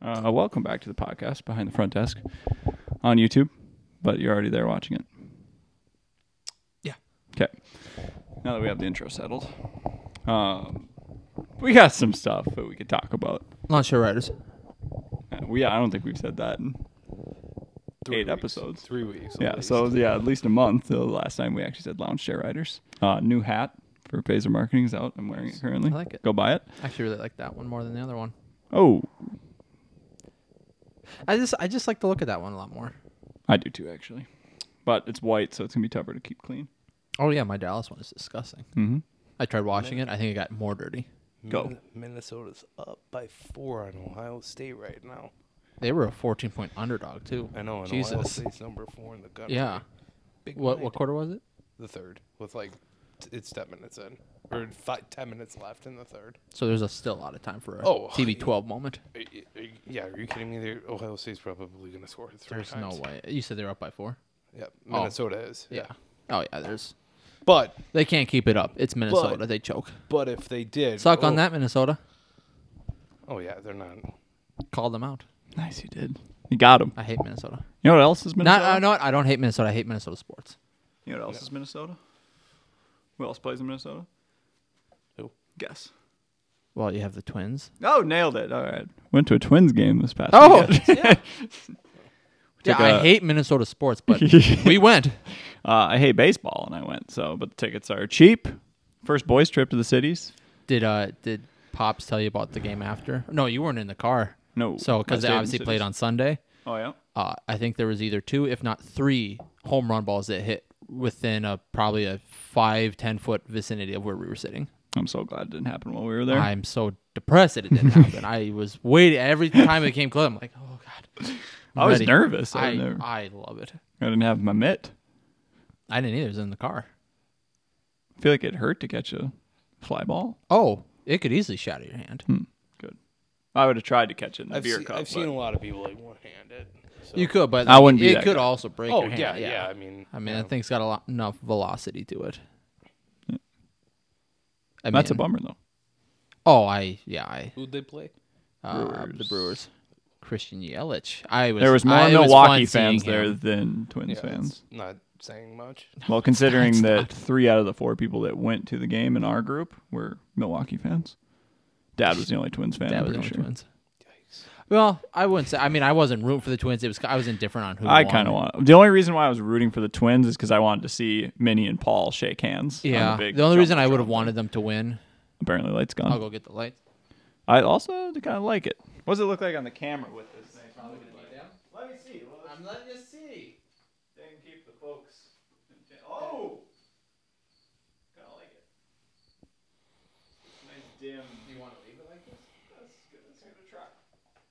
Uh, welcome back to the podcast behind the front desk on YouTube, but you're already there watching it. Yeah. Okay. Now that we have the intro settled, um, we got some stuff that we could talk about. Launcher Riders. Uh, We I don't think we've said that in Three eight weeks. episodes. Three weeks. at yeah, least. so yeah, at least a month. till The last time we actually said lounge chair riders. Uh, new hat for Phaser Marketing is out. I'm wearing it currently. I like it. Go buy it. I actually really like that one more than the other one. Oh, I just I just like the look of that one a lot more. I do too actually, but it's white, so it's gonna be tougher to keep clean. Oh yeah, my Dallas one is disgusting. Mm-hmm. I tried washing it. I think it got more dirty. Go. Min- Minnesota's up by four on Ohio State right now. They were a 14 point underdog too. I know. And Ohio Jesus. State's number four in the country. Yeah. Big What night. what quarter was it? The third, with like, t- it's ten minutes in, or five, ten minutes left in the third. So there's a still a lot of time for a Oh, TB12 moment. Are y- are y- yeah, are you kidding me? They're- Ohio State's probably gonna score three There's no times. way. You said they're up by four. Yep, Minnesota is. Yeah. Oh yeah, there's. but They can't keep it up. It's Minnesota. But- they choke. but if they did, Suck on oh- that, Minnesota. Oh yeah, they're not. Call them out. Nice, you did. You got him. I hate Minnesota. You know what else is Minnesota? Not, uh, I know what, I don't hate Minnesota. I hate Minnesota sports. You know what else is Minnesota? Who else plays in Minnesota? Who? Guess. Well, you have the Twins. Oh, nailed it. All right. Went to a Twins game this past Oh. weekend. yeah. yeah, Took I a- hate Minnesota sports, but we went. Uh, I hate baseball, and I went. So, but the tickets are cheap. First boys trip to the cities. Did uh did Pops tell you about the game after? No, you weren't in the car. No, So I because stayed they in obviously cities. played on Sunday. Oh yeah. Uh, I think there was either two, if not three, home run balls that hit within a probably a five ten foot vicinity of where we were sitting. I'm so glad it didn't happen while we were there. I'm so depressed that it didn't happen. I was waiting every time it came close. I'm like, oh god. I'm I was ready. nervous. I, I never- I, I love it. didn't have my mitt. I didn't either. It was in the car. I feel like it hurt to catch a fly ball. Oh, it could easily shatter your hand. Good. I would have tried to catch it in the I've, beer se- cup. I've seen but- a lot of people like one-handed. So. You could, but I like, wouldn't be It that could guy. also break. Oh your hand. yeah, yeah, I mean, I mean, yeah. that thing's got a lot enough velocity to it. I That's a mean- bummer though. Oh, I yeah, I Who'd they play? uh, the Brewers. Brewers. Christian Yelich. I was There was more I- it Milwaukee fun seeing fans there him. than Twins Yeah, fans. that's Not saying much. Well, considering that three out of the four people that went to the game in our group were Milwaukee fans, Dad was the only Twins fan. That I'm was the pretty sure. Twins. Well, I wouldn't say. I mean, I wasn't rooting for the Twins. It was I was indifferent on who. I won. kind of want. The only reason why I was rooting for the Twins is because I wanted to see Minnie and Paul shake hands. on Yeah. the, big the only reason I Jumbotron. would have wanted them to win. Apparently, lights gone. I'll go get the lights. I also kind of like it. What does it look like on the camera with this thing? Let me see. I'm letting you see. They can keep the folks. Oh, kind of like it. Nice dim. Do you want to leave it like this? That's good. That's gonna try.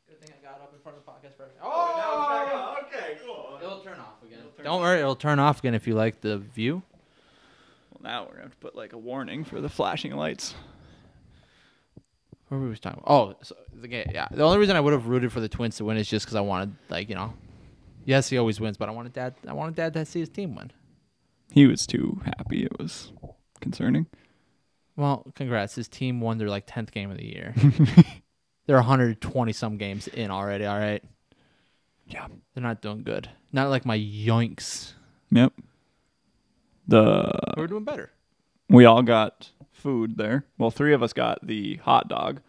Good thing I got up in front of the podcast first. Oh, okay, cool. It'll turn off again. Don't worry, it'll turn off again if you like the view. Well, now we're gonna have to put like a warning for the flashing lights. What were we talking about? Oh, so the game. Yeah, the only reason I would have rooted for the Twins to win is just because I wanted, like, you know, yes, he always wins, but I wanted dad. I wanted dad to see his team win. He was too happy. It was concerning. Well, congrats, his team won their like tenth game of the year. They're 120 some games in already. All right, Yeah. they're not doing good. Not like my yoinks. Yep. The We're doing better. we all got food there. Well, three of us got the hot dog.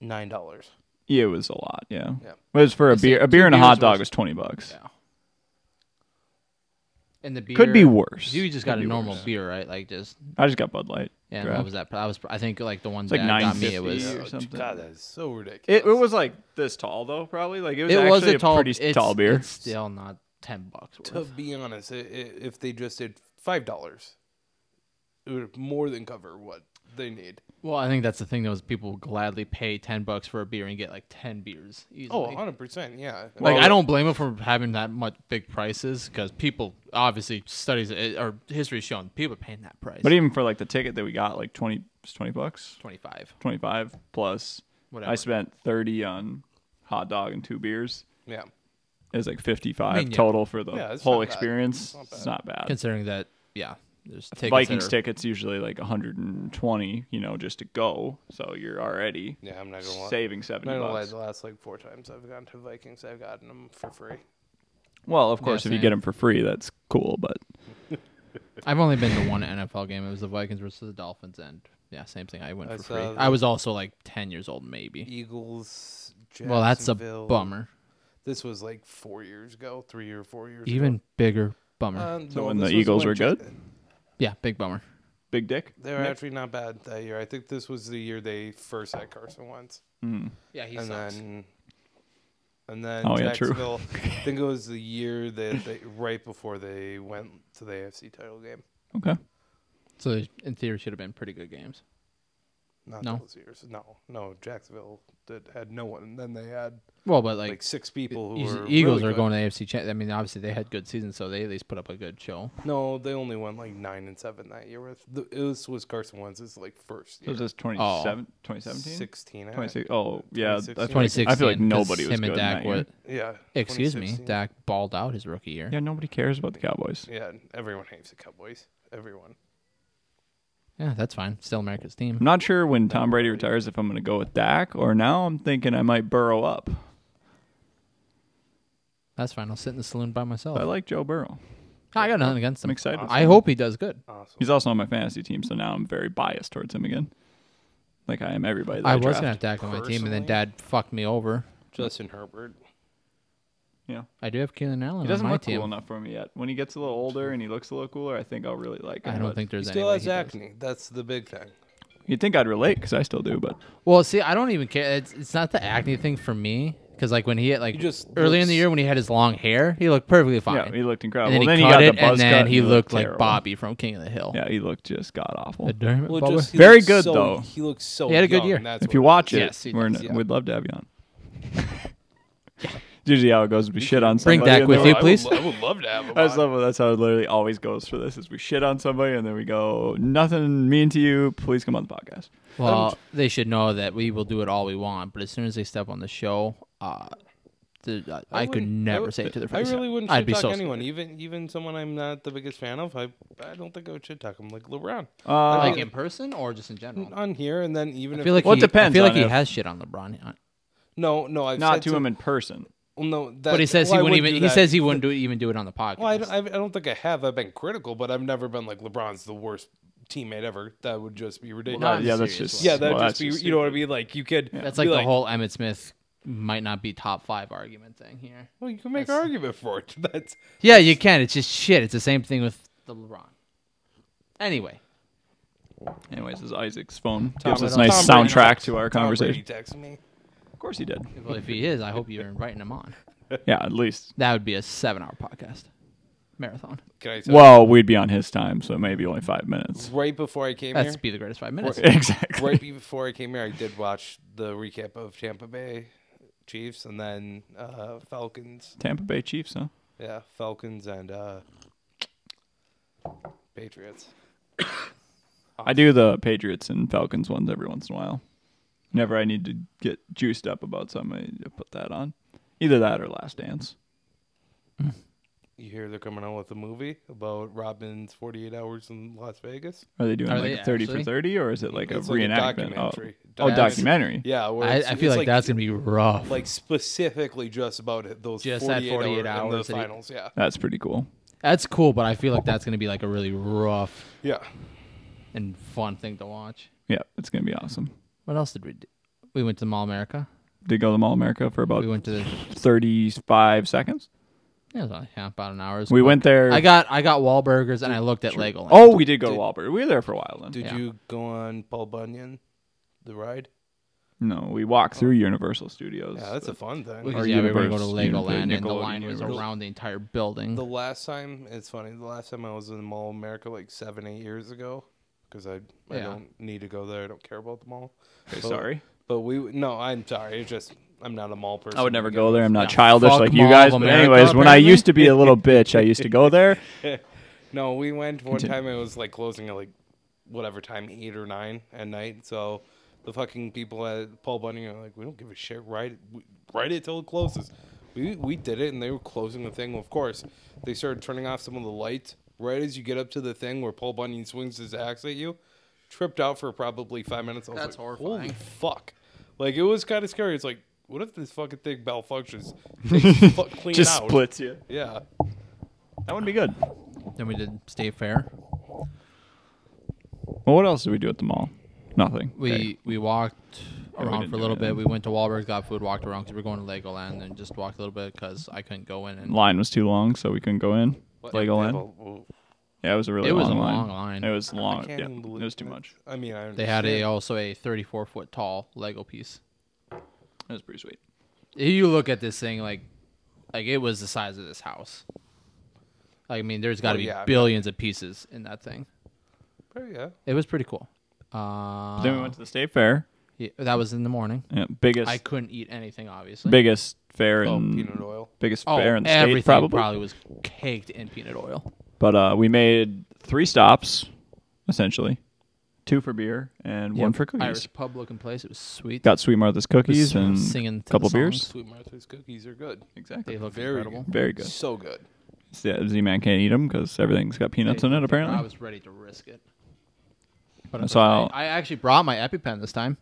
Nine dollars. Yeah, It was a lot. Yeah. Yeah. It was for a see, beer. A two beer and a beers hot dog was- was twenty bucks. Yeah. And the beer Could be worse. You just Could got a be normal worse. beer, right? Like just I just got Bud Light. and Draft. what was that? I was I think like the one like that got me. It 9.50 was or Oh, something. God, that is so ridiculous. It, it was like this tall though, probably. Like it was it actually was a a, tall, pretty it's, tall beer. It's still not ten bucks To worth. be honest, i i if they just did five dollars, it would more than cover what they need. Well, I think that's the thing though is people will gladly pay ten bucks for a beer and get like ten beers easily. Oh, 100 percent. Yeah. Oh, like well- I don't blame them for having that much big prices because people obviously studies eh, or history's shown people are paying that price. But even for like the ticket that we got, like 20, it was 20 bucks, Twenty five. 25 plus. I Whatever. spent 30 on hot dog and two beers. yeah. It was like 55 I mean, yeah. total for the Yeah, it's whole not bad. experience. It's not It's not bad. Considering that, yeah, There's tickets Vikings that are- tickets usually like 120, you know, just to go. So you're already Yeah, I'm not gonna lie. saving I'm 70 not gonna lie. bucks. The last like four times I've gone to Vikings, I've gotten them for free. Well, of course, if you same. get them for free, that's cool. But I've only been to one NFL game. It was the Vikings versus the Dolphins, and yeah, same thing. I went I for saw free. the- I was also like ten years old, maybe. Eagles. Well, that's a Jacksonville. bummer. This was like four years ago, three or four years. Even bigger bummer. ago. Um, So no, when this the was Eagles when were Ja- good? yeah, big bummer. Big Dick, they were actually not bad that year. I think this was the year they first had Carson Wentz, Yeah, he and then and then Oh, yeah, true. Jacksonville. I think it was the year that they right before they went to the AFC title game. okay, so in theory, should have been pretty good games. Not No. those years. No, no. Jacksonville that had no one. And then they had Well, but like, like, six people who you- were Eagles really are good. going to the AFC. Cha- I mean, obviously they had good seasons, so they at least put up a good show. No, they only won like nine and seven that year. With the, this was Carson Wentz's like first so year. is this 27, 2017? sixteen. eh? I- 26 Oh, yeah. That's 2016. Twenty like- six. I feel like nobody was him good in and Dak that year. were- Yeah. Excuse me, 2016. Dak balled out his rookie year. Yeah, nobody cares about the Cowboys. Yeah, everyone hates the Cowboys. Everyone. Yeah, that's fine. Still America's team. I'm not sure when Tom Brady retires if I'm going to go with Dak or now I'm thinking I might burrow up. That's fine. I'll sit in the saloon by myself. I like Joe Burrow. I got nothing against him. I'm excited. for I him. hope he does good. Awesome. He's also on my fantasy team, so now I'm very biased towards him again. Like I am everybody. That I, I was gonna draft. have Dak on my team, and then Personally- Dad fucked me over. Justin Herbert. Yeah, I do have Keelan Allen he doesn't on my look team. cool enough for me yet. When he gets a little older and he looks a little cooler, I think I'll really like him. I don't but- think He there's any still way has he does. acne. That's the big thing. you'd think I'd relate because I still do, but Well, see, I don't even care. It's, it's not the acne thing for me because like when he had like He just early in looks- the year when he had his long hair, he looked perfectly fine. yeah, he looked and incredible. then he Well, cut got it, the buzz and then cut, he looked like terrible. Bobby from King of the Hill. Yeah, he looked just god awful. The Dermot Bubba. he Very looks good, so- though. He looks so. He had a good young, year. That's If you what it watch it, Yes, he we're does, n- yeah. we'd love to have you on. It's Usually how it goes is we shit on Bring somebody. Dak and with then is. we're you, like, please? I would lo- I would love to have him. I just on. love how that's how it literally always goes for this is we shit on somebody and then we go nothing mean to you. Please come on the podcast. Well, they should know that we will do it all we want, but as soon as they step on the show, uh, the, uh, I, could wouldn't- never would- say it to their I face. really wouldn't I'd shit be talk so anyone, even even someone I'm not the biggest fan of. I I don't think I would shit talk him like LeBron Uh, Like in person or just in general? on here, and then even I if feel like Well, it he, depends I feel on like he if- has shit on LeBron, uh, no no I've not said to him in person. well, no that, but he says well, I he wouldn't would even. do He that. says he wouldn't do even do it on the podcast. Well, I don't, I I don't think I have. I've been critical, but I've never been like LeBron's the worst teammate ever. That would just be ridiculous. Not Uh, in yeah, that's serious just way. yeah, that'd well, that's just be. just you know what I mean? Like you could. That's be like the whole Emmett Smith might not be top five argument thing here. Well, you can make an argument for it. That's Yeah, you can. It's just shit. It's the same thing with the LeBron. Anyway, Anyways, this is Isaac's phone. Tom- Gives us a Tom nice Brady soundtrack text- to our Tom Brady conversation. texted me. Of course he did. well, if he is, I hope you're inviting him on. Yeah, at least. That would be a seven-hour podcast marathon. Can I tell Well, we'd be on his time, so maybe only five minutes. you, right before I came That's here, be the greatest five minutes. Exactly. right before I came here, I did watch the recap of Tampa Bay Chiefs and then uh, Falcons. Tampa Bay Chiefs, huh? Yeah, Falcons and uh, Patriots. I do the Patriots and Falcons ones every once in a while. Whenever I need to get juiced up about something, I need to put that on. Either that or Last Dance. You hear they're coming out with a movie about Robin's 48 hours in Las Vegas? Are they doing Are like they a 30 actually? for 30 or is it like It's a like a reenactment? documentary. Oh. oh, That's- documentary. Yeah, where I, it's- I feel it's like, that's gonna be rough. like specifically just about it, those Just that 48, 48 hour, hours hours that in he- the finals. Yeah, That's pretty cool. that's cool, but I feel like that's gonna be like a really rough yeah. and fun thing to watch. Yeah, it's going to be awesome. What else did we do? We went to Mall America. Did go to Mall America for about We went to the, 35 seconds. yeah, it was only, yeah, about an hour. It was We quick. went there. I got I got Wahlburgers and I looked at Legoland. oh, we did go to Walbert. We were there for a while then. Did Yeah. you go on Paul Bunyan, the ride? no, we walked through Oh. Universal Studios. Yeah, that's a fun thing. Because Or yeah, we were gonna go to Universe, Univer- Legoland, and the Nickelodeon line was Universe. around the entire building. The last time, it's funny. The last time I was in the Mall of America, like seven, eight years ago, because I I Yeah. don't need to go there. I don't care about the mall. Okay, But- sorry. but we no, I'm sorry. It's just I'm not a mall person. I would to never begin go there. with. I'm not Yeah, childish fuck like you Mall guys. of But America, anyways, when I apparently. used to be a little bitch, I used to go there. No, we went one Continue. time. It was like closing at like whatever time, eight or nine at night. So the fucking people at Paul Bunyan are like, we don't give a shit. Right, right it till it closes. We we did it, and they were closing the thing. Of course, they started turning off some of the lights right as you get up to the thing where Paul Bunyan swings his axe at you, tripped out for probably five minutes. I was That's like, Holy horrifying. fuck! Like it was kind of scary. It's like, what if this fucking thing malfunctions? Takes fu- clean Just out. splits you. Yeah. That would be good. Then we did State Fair. Well, what else did we do at the mall? Nothing. We Okay. we walked we around didn't for a do little bit. anything. We went to Wahlberg's, got food, walked around because we were going to Legoland, and just walked a little bit because I couldn't go in. And line was too long, so we couldn't go in. Legoland. Yeah, it was a really It was long, a line. long line. It was long. can't Uh, Yeah, even it believe was too much. that's- I mean, I they had a understand. also a 34 foot tall Lego piece. It was pretty sweet. If you look at this thing like like it was the size of this house. Like, I mean, there's got to Oh, be yeah, I mean- billions of pieces in that thing. Oh, yeah. It was pretty cool. Uh, then we went to the state fair. yeah, that was in the morning. Yeah, biggest, I couldn't eat anything, obviously. biggest fair Oh, in peanut oil. biggest oh, fair in the everything state probably. was caked in peanut oil. But uh, we made three stops, essentially, two for beer and one Yep. for cookies. Irish pub looking place. It was sweet. Got Sweet Martha's cookies Was and singing to a couple the beers. songs. Sweet Martha's cookies are good. Exactly. they look Very incredible. Very good. So good. Yeah, Z Man can't eat them because everything's got peanuts They- in it. I Apparently, was ready to risk it. But That's unfortunately, how- I actually brought my EpiPen this time.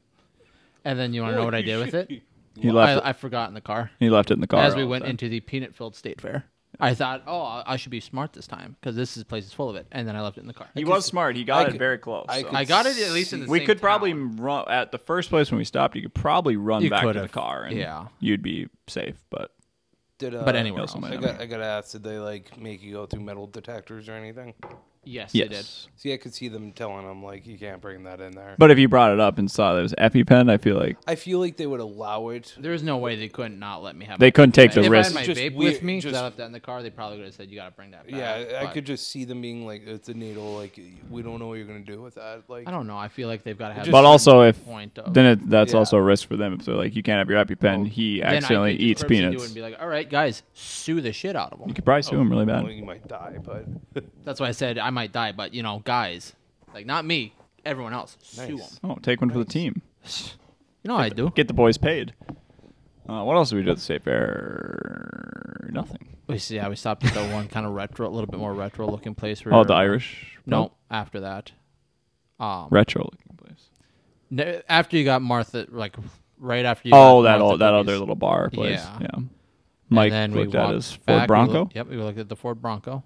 And then you want to know what I did with it? he left. I, it, I forgot in the car. he left it in the car as we all the went time. into the peanut filled state fair. I thought, oh, I- I should be smart this time because this is place is full of it. And then I left it in the car. He was smart. He got I it could- very close. I so. could I got it at least in the we same could probably town. run at the first place when we stopped. You could probably run You back to the could've, car, and yeah. you'd be safe. But Did, uh, but anywhere else. also I might- got, I got to ask, did they like make you go through metal detectors or anything? Yes, yes, it did. See, I could see them telling them like you can't bring that in there. but if you brought it up and saw that it was EpiPen, I feel like I feel like they would allow it. There's no way they couldn't not let me have. They my couldn't take vape. the if risk. I had my Just vape weird- with me, 'cause just- I left that in the car. They probably would have said, "You got to bring that back." Yeah, I but could just see them being like, it's a needle. Like we don't know what you're gonna do with that. Like I don't know. I feel like they've got to have. But some also if- point of, then it, that's Yeah. also a risk for them. If they're like, you can't have your EpiPen, Oh, he then I accidentally could eats curb subdue peanuts. and be Oh. like, "All right, guys, sue the shit out of you them." could probably sue him really oh, Well, bad. you might die, but That's why I said I might die, but you know, guys, like not me, everyone else, sue Nice. them. Oh, take one for the team. You know, what I do. Get the boys paid. Uh, what else did we do at the state fair? Nothing. We see, yeah, we stopped at the one kind of retro, a little bit more retro looking place. Where, Oh, the Irish. No, after that, um, retro looking place. no, after you got Martha, like right after you. Oh, got that Martha old, that Cookies. other little bar place. Yeah. Yeah. Mike and then looked we at walked his Ford back, we Bronco. looked- yep, we looked at the Ford Bronco,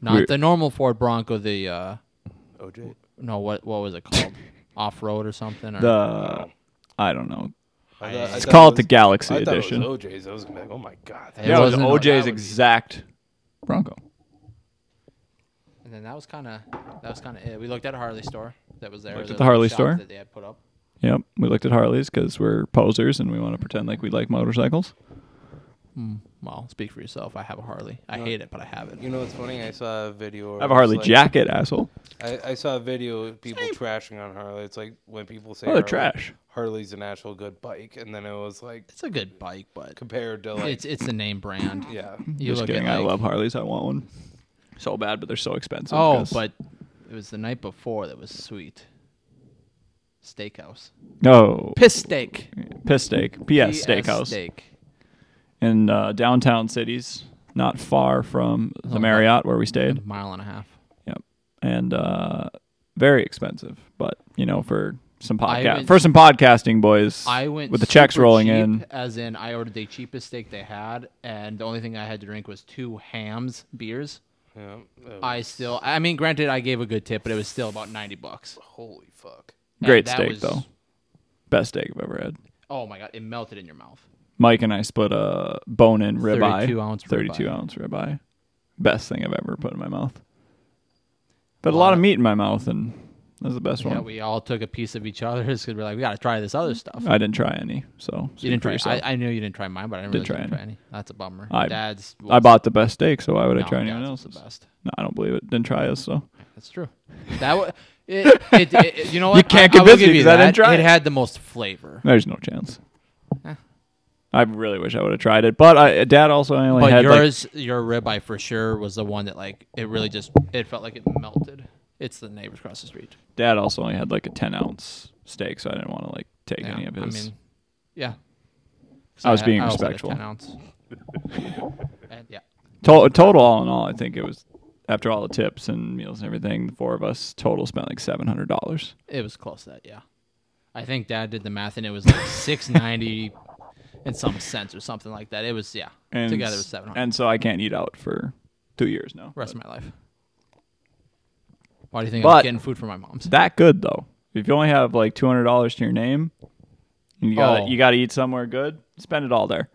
not We're- the normal Ford Bronco. The uh, OJ, no, what what was it called? Off road or something? Or, The I don't know. I thought- I Let's thought call it was- the Galaxy I thought Edition. It was OJ's. I was gonna be like, oh my god. It yeah, it was wasn't- that would OJ's be- exact Bronco. And then that was kind of that was kind of it. We looked at a Harley store that was there. Looked the at the Harley shop store. that they had put up. Yep, we looked at Harleys because we're posers and we want to pretend like we like motorcycles. Well, speak for yourself. I have a Harley. I hate it, but I have it. You know what's funny? I saw a video. I have a Harley like, jacket, asshole. Oh, I, I saw a video of people trashing on Harley. It's like when people say Oh, they're Harley- trash. Harley's an actual good bike, and then it was like It's a good bike, but compared to like it's it's the name brand. yeah. You Just look kidding. at I like, love Harleys. I want one so bad, but they're so expensive. Oh, 'cause- but it was the night before that was sweet. Steakhouse. no Piss steak. piss steak. P.S. PS Steakhouse Steak. in uh, downtown cities, not far from the not- Marriott where we stayed. A mile and a half. Yep. And uh, very expensive, but you know, for some I podcast went- for some podcasting boys. I went with the checks super rolling cheap, in. As in, I ordered the cheapest steak they had, and the only thing I had to drink was two hams beers. yeah um, it I was- still, I mean, granted, I gave a good tip, but it was still about ninety bucks. holy fuck. And Great that steak was- though. Best steak I've ever had. Oh my god, it melted in your mouth. Mike and I split a bone in ribeye. 32 ounce Thirty-two ribeye. ounce ribeye. Best thing I've ever put in my mouth. But a lot of meat in my mouth, and that's the best Yeah, one. we all took a piece of each other's because we're like, we gotta try this other stuff. I didn't try any, so you speak didn't for try. yourself. I, I knew you didn't try mine, but I didn't Didn't really try try any. That's a bummer. I- Dad's. I bought the best steak, so why would I no, try anyone Dad's else? was The best. No, I don't believe it. Didn't try us, so That's true. That was. It, it, it, it- you know what? You can't I, I will convince give me you 'cause I didn't that. try it it. had the most flavor. there's no chance. Eh. I really wish I would have tried it, but I, Dad also only But had like yours, your ribeye for sure was the one that like it really just it felt like it melted. It's the neighbors across the street. Dad also only had like a ten ounce steak, so I didn't want to like take Yeah, any of I his. mean, yeah. 'Cause I was had- being also had a respectful. 10 ounce. And, yeah. To- total, all in all, I think it was. after all the tips and meals and everything, the four of us total spent like seven hundred dollars. It was close to that, yeah. I think Dad did the math, and it was like six ninety, in some sense or something like that. It was yeah, And together it was seven hundred. And so I can't eat out for two years now. Rest of my life. Why do you think But- I'm getting food from my mom's? that good though. If you only have like two hundred dollars to your name, and you got Oh. to you got to eat somewhere good. Spend it all there.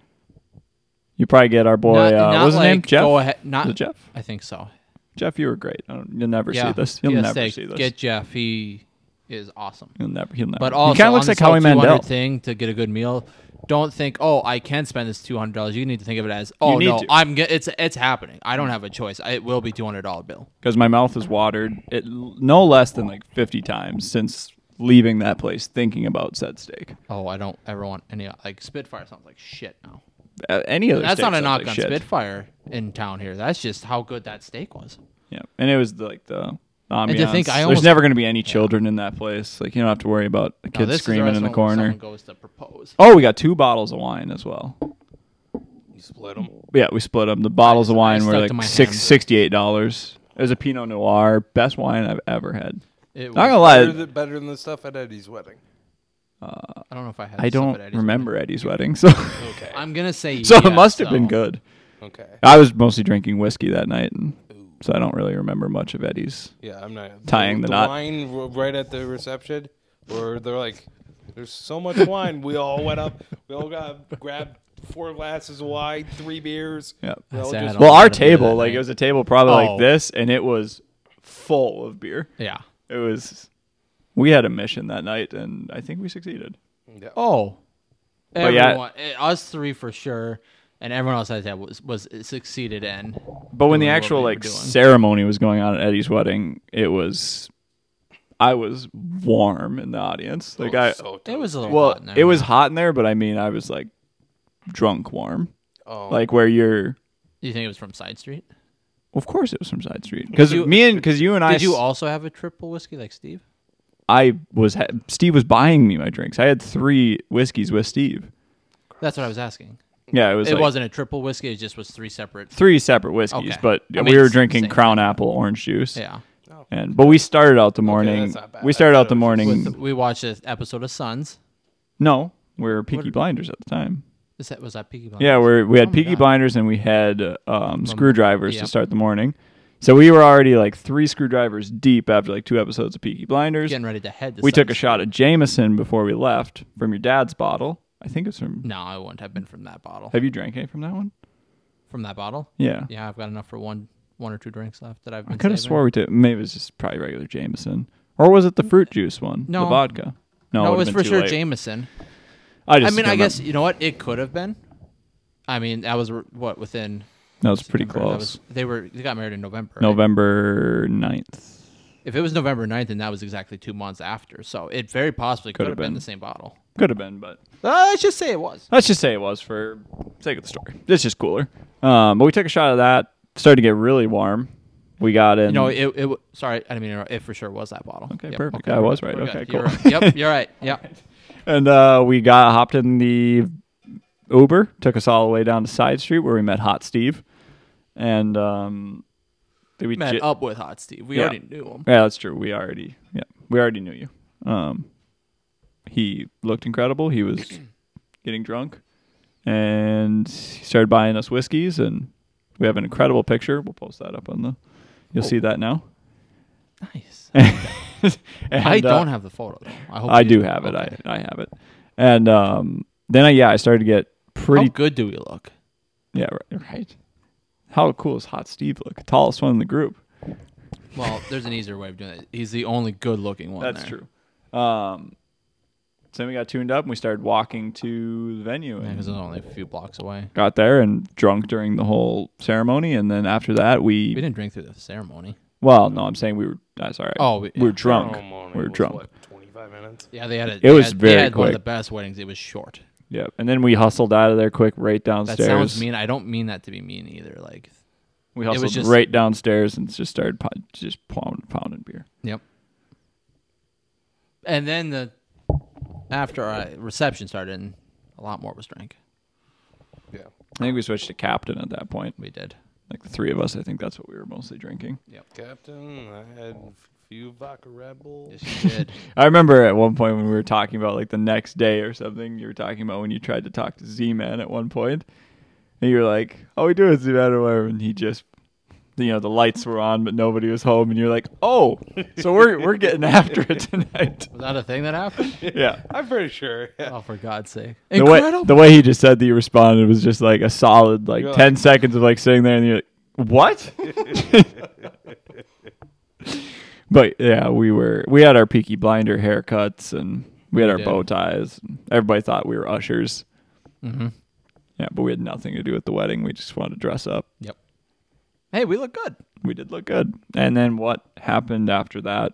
You probably get our boy. Not- uh, not what was his name? like Jeff. go ahead- not- Was it Jeff. I think so. Jeff, you were great. I don't, you'll never yeah. see this. You'll Yes, never they- see this. Get Jeff. He is awesome. you'll never. He'll never. But also, he kind of looks on like this whole Howie 200 Mandel. Thing to get a good meal. Don't think, oh, I can spend this two hundred dollars. You need to think of it as, oh need no, to. I'm get, it's it's happening. I don't have a choice. I, it will be two hundred dollar bill. because my mouth is watered it, no less than like 50 times since leaving that place thinking about said steak. Oh, I don't ever want any like Spitfire sounds like shit now. Uh, any other That's steak not a sounds knock like on shit. Spitfire in town here. That's just how good that steak was. Yeah, and it was the, like the ambiance. to think I There's almost- never going to be any children in that place. Like you don't have to worry about a Now, kid this is screaming in the restaurant where corner. Someone goes to propose. Oh, we got two bottles of wine as well. You split them. But yeah, we split them. The bottles of I wine were stuck to like my six hand. sixty-eight dollars. It was a Pinot Noir, best wine I've ever had. It Not gonna was- lie, Better than, better than the stuff at Eddie's wedding. I don't know if I had. I this up don't at Eddie's remember Eddie's wedding, so Okay. wedding. I'm gonna say. so yeah, it must have been so- good. okay. I was mostly drinking whiskey that night, and so I don't really remember much of Eddie's. Yeah, I'm not Tying the the knot. Wine r- right at the reception, where they're like, "There's so much wine." We all went up. We all got grabbed four glasses of wine, three beers. Yep. We all Sad. just- Well, Well, our that'd be table, that like night. it was a table probably Oh. like this, and it was full of beer. Yeah. It was. We had a mission that night, and I think we succeeded. yeah. Oh. yeah- Everyone, eh, us three for sure, and everyone else I that was was succeeded in. But when Doing the what actual we were like doing. ceremony was going on at Eddie's wedding, it was. I was warm in the audience. Like I, so dope. It was a little well, hot in there. it was hot in there, but I mean, I was like drunk warm, Oh, like where you're. Do you think it was from Side Street? Of course, it was from Side Street because you- me and because you and I, Did you s- also have a triple whiskey like Steve? I was ha- Steve was buying me my drinks. I had three whiskeys with Steve. That's what I was asking. Yeah, it was. It like, wasn't a triple whiskey. It just was three separate. three separate whiskeys, Okay. but I mean, we were it's the drinking same Crown Apple orange juice. Yeah. And but we started out the morning. that's not bad. we I started thought out it the was morning. With we watched an episode of Sons. no, we were Peaky Blinders at the time. Is that was that Peaky Blinders? Yeah, we're, we had my Peaky God. Blinders and we had uh, um, screwdrivers yeah. to start the morning. So we were already like three screwdrivers deep after like two episodes of Peaky Blinders. getting ready to head. To we took a Sons. shot of Jameson before we left from your dad's bottle. I think it's from. No, I wouldn't have been from that bottle. Have you drank any from that one? From that bottle. Yeah. Yeah, I've got enough for one one or two drinks left that I've. Been I could have saving. swore we did. Maybe it was just probably regular Jameson, or was it the fruit juice one? Mm, No. the vodka. No, No, would've it was been for too sure late. Jameson. I, I just mean, I remember- guess you know what it could have been. I mean, that was what within. that was pretty September, that close. was- they were they got married in November. right? November 9th. If it was November 9th, then that was exactly two months after. So it very possibly could, Could have have been. been. the same bottle. Could have been, but Uh, let's just say it was. let's just say it was for sake of the story. It's just cooler. Um, but we took a shot of that. Started to get really warm. We got in. You know, it, it. w- Sorry, I didn't mean to interrupt. it for sure was that bottle. Okay, perfect. I was right. we're good. Okay, You're cool. right. Yep, you're right. Yep. and uh, we got hopped in the Uber. Took us all the way down to Side Street where we met Hot Steve. And um, did we Met j- up with Hot Steve. We Yeah. already knew him. Yeah, that's true. We already, yeah, we already knew you. Um, he looked incredible. He was getting drunk, and he started buying us whiskeys. And we have an incredible picture. We'll post that up on the. You'll see that now. Nice. And, I uh, don't have the photo though. I hope I you do have it. I I have it. And um, then I, yeah, I started to get How pretty. good do we look? Yeah, right, right. How cool is Hot Steve look? Tallest one in the group. Well, there's an easier way of doing it. He's the only good-looking one. That's there. true. Um, so then we got tuned up and we started walking to the venue. And Because it's only a few blocks away. got there and drunk during the whole ceremony and then after that we, We didn't drink through the ceremony. well no i'm saying we were uh, sorry Oh, we- we were yeah. drunk ceremony we were was, drunk what, 25 minutes. Yeah, they had a. It was they had, very they had one of the quick. best weddings. It was short. yeah and then we hustled out of there quick right That downstairs sounds mean. I don't mean that to be mean either. Like, we It was hustled just- right downstairs and just started po- just pound, pounding beer yep. And then the after our reception started, and a lot more was drank. Yeah. i think we switched to captain at that point We did. like the three of us, I think that's what we were mostly drinking. Captain, I had a few vodka Red Bull. Yes, she did. I remember at one point when we were talking about like the next day or something, you were talking about when you tried to talk to Z Man at one point, and you were like, "Oh, we do it, Z Man," or whatever," and he just, you know, the lights were on but nobody was home, and you're like, "Oh, so we're we're getting after it tonight." Was that a thing that happened? yeah. I'm pretty sure. yeah. Oh, for God's sake! The way, the way he just said that you responded was just like a solid like You're ten like- seconds of like sitting there and you're like, what? but yeah, we were we had our Peaky Blinder haircuts and we had We our did. bow ties. Everybody thought we were ushers. Mhm. Yeah, but we had nothing to do with the wedding. We just wanted to dress up. Yep. Hey, we look good. We did look good. And then what happened after that?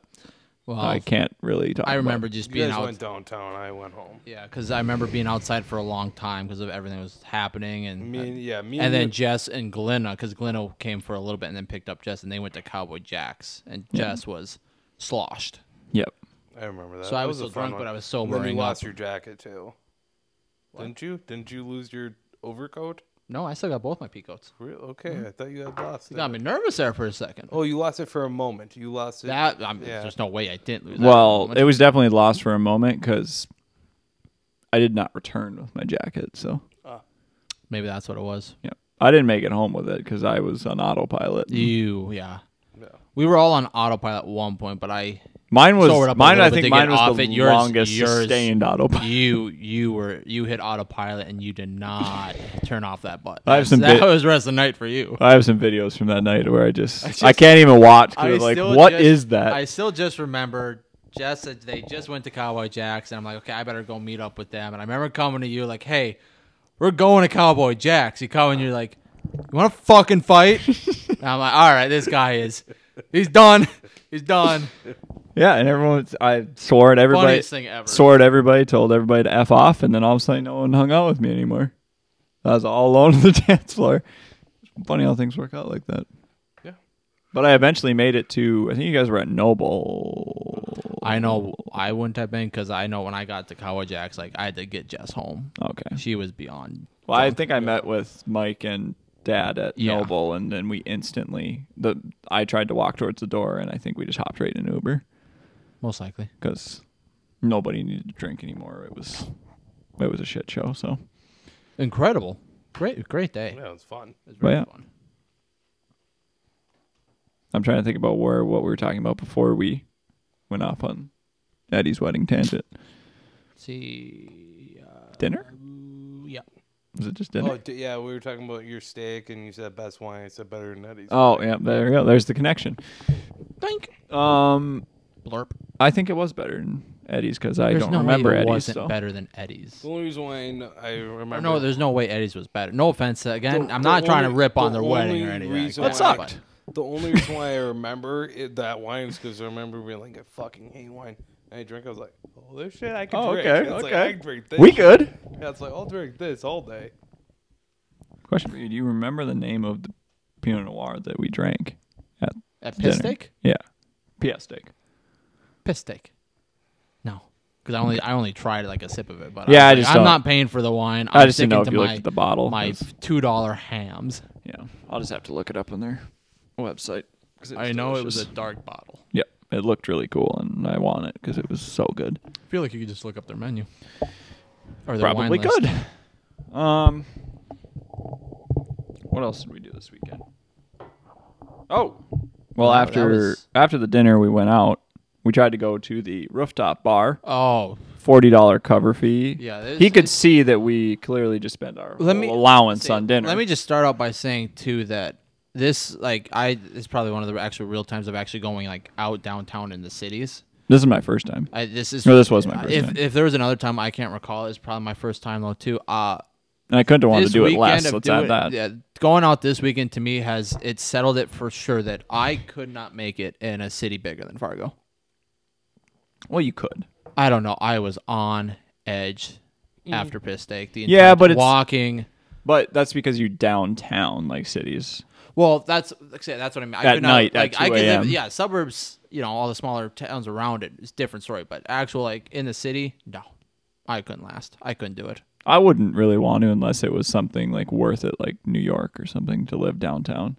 Well, I can't really talk. I about. remember just You being guys out. went downtown. I went home. Yeah, because I remember being outside for a long time because of everything that was happening and Me, and- yeah, me. and and then you- Jess and Glenna because Glenna came for a little bit and then picked up Jess and they went to Cowboy Jack's and Jess was sloshed. Yep. I remember that. So That I was a still fun drunk, one. but I was And Then you sobering up. lost your jacket too. Didn't you? Didn't you lose your overcoat? No, I still got both my peacoats. Real? Okay, I thought you had lost Hmm? You it. got me nervous there for a second. Oh, you lost it for a moment. You lost it. That I'm, yeah. there's no way I didn't lose. Well, that. it was definitely lost for a moment because I did not return with my jacket. So, maybe that's what it was. yeah. I didn't make it home with it because I was on autopilot. You, yeah. Yeah. We were all on autopilot at one point, but I, Mine Sobered was up a mine. little I bit to think get mine was off the it. Yours- longest yours- sustained autopilot. you, you were, you hit autopilot and you did not turn off that button. I have some that bit- was the rest of the night for you. I have some videos from that night where I just I, can't even watch. 'cause I'm like, still what is just- that? I still just remember Jess said they just went to Cowboy Jack's, and I'm like, okay, I better go meet up with them. And I remember coming to you like, hey, we're going to Cowboy Jack's. You come and you're like, you want to fucking fight? and I'm like, all right, this guy is, he's done, he's done. yeah, and everyone, I swore at everybody. Funniest thing ever. Swore at everybody. Told everybody to f off, and then all of a sudden, no one hung out with me anymore. I was all alone on the dance floor. Funny how things work out like that. Yeah. But I eventually made it to. I think you guys were at Noble. I know I wouldn't have been because I know when I got to Cowboy Jack's, like I had to get Jess home. Okay. She was beyond. Well, I think I met with Mike and Dad at Yeah. Noble, and then we instantly the I tried to walk towards the door, and I think we just hopped right in an Uber Most likely. because nobody needed to drink anymore. It was it was a shit show. So Incredible. Great, great day. Yeah, it was fun. It was really yeah. fun. I'm trying to think about where what we were talking about before we went off on Eddie's wedding tangent. See, uh, Dinner yeah. was it just Oh, dinner? d- yeah, we were talking about your steak, and you said best wine. I said better than Eddie's. Oh, yeah, there you go. There's the connection. Think. Um, Blurp. I think it was better than Eddie's because I There's don't no remember way it Eddie's. wasn't so. better than Eddie's. The only reason why I, kn- I remember. No, there's no way Eddie's was better. No offense. uh, Again, The- I'm the not trying to only- rip on the their wedding or only anything. reason That why- sucked. The only reason why I remember it, that wine is because I remember being like, I fucking hate wine. And I drink, I was like, oh, this shit I can Oh, drink. okay, It's like, okay. I can drink this. We good. Yeah, it's like, I'll drink this all day. Question for you: Do you remember the name of the Pinot Noir that we drank at At dinner? piss steak? Yeah, PS steak. Piss steak. No. Because I only I only tried like a sip of it, but Yeah, I I'm, just I'm don't- not paying for the wine. I'm I just didn't sticking know if to you my, looked at the bottle, My 'cause- two dollar hams. Yeah, I'll just have to look it up on their website. I know it was a dark bottle. Yep, it looked really cool, and I want it because it was so good. I feel like you could just look up their menu. Or their Probably wine list. good. Um, what else did we do this weekend? Oh, well, Wow, that after was- after the dinner, we went out. We tried to go to the rooftop bar. Oh, forty dollar cover fee. Yeah, there's- he could it's- see that we clearly just spent our Let whole me- allowance say- on dinner. Let me just start out by saying too that this like I this is probably one of the actual real times of actually going like out downtown in the cities. This is my first time. I this is No, this was my first if time. if there was another time I can't recall, it's probably my first time though too. Uh And I couldn't have wanted this to do it weekend less. of Let's doing- add that. Yeah, going out this weekend to me has it settled it for sure that I could not make it in a city bigger than Fargo. Well, you could. I don't know. I was on edge after piss steak. The Yeah, entire but time. it's- walking. But that's because you downtown like cities. Well, that's like I said, that's what I mean. I At could not, night at like, I 2 could a.m.. live, yeah, suburbs. You know, all the smaller towns around it is different story. But actual like in the city, no, I couldn't last. I couldn't do it. I wouldn't really want to unless it was something like worth it, like New York or something, to live downtown.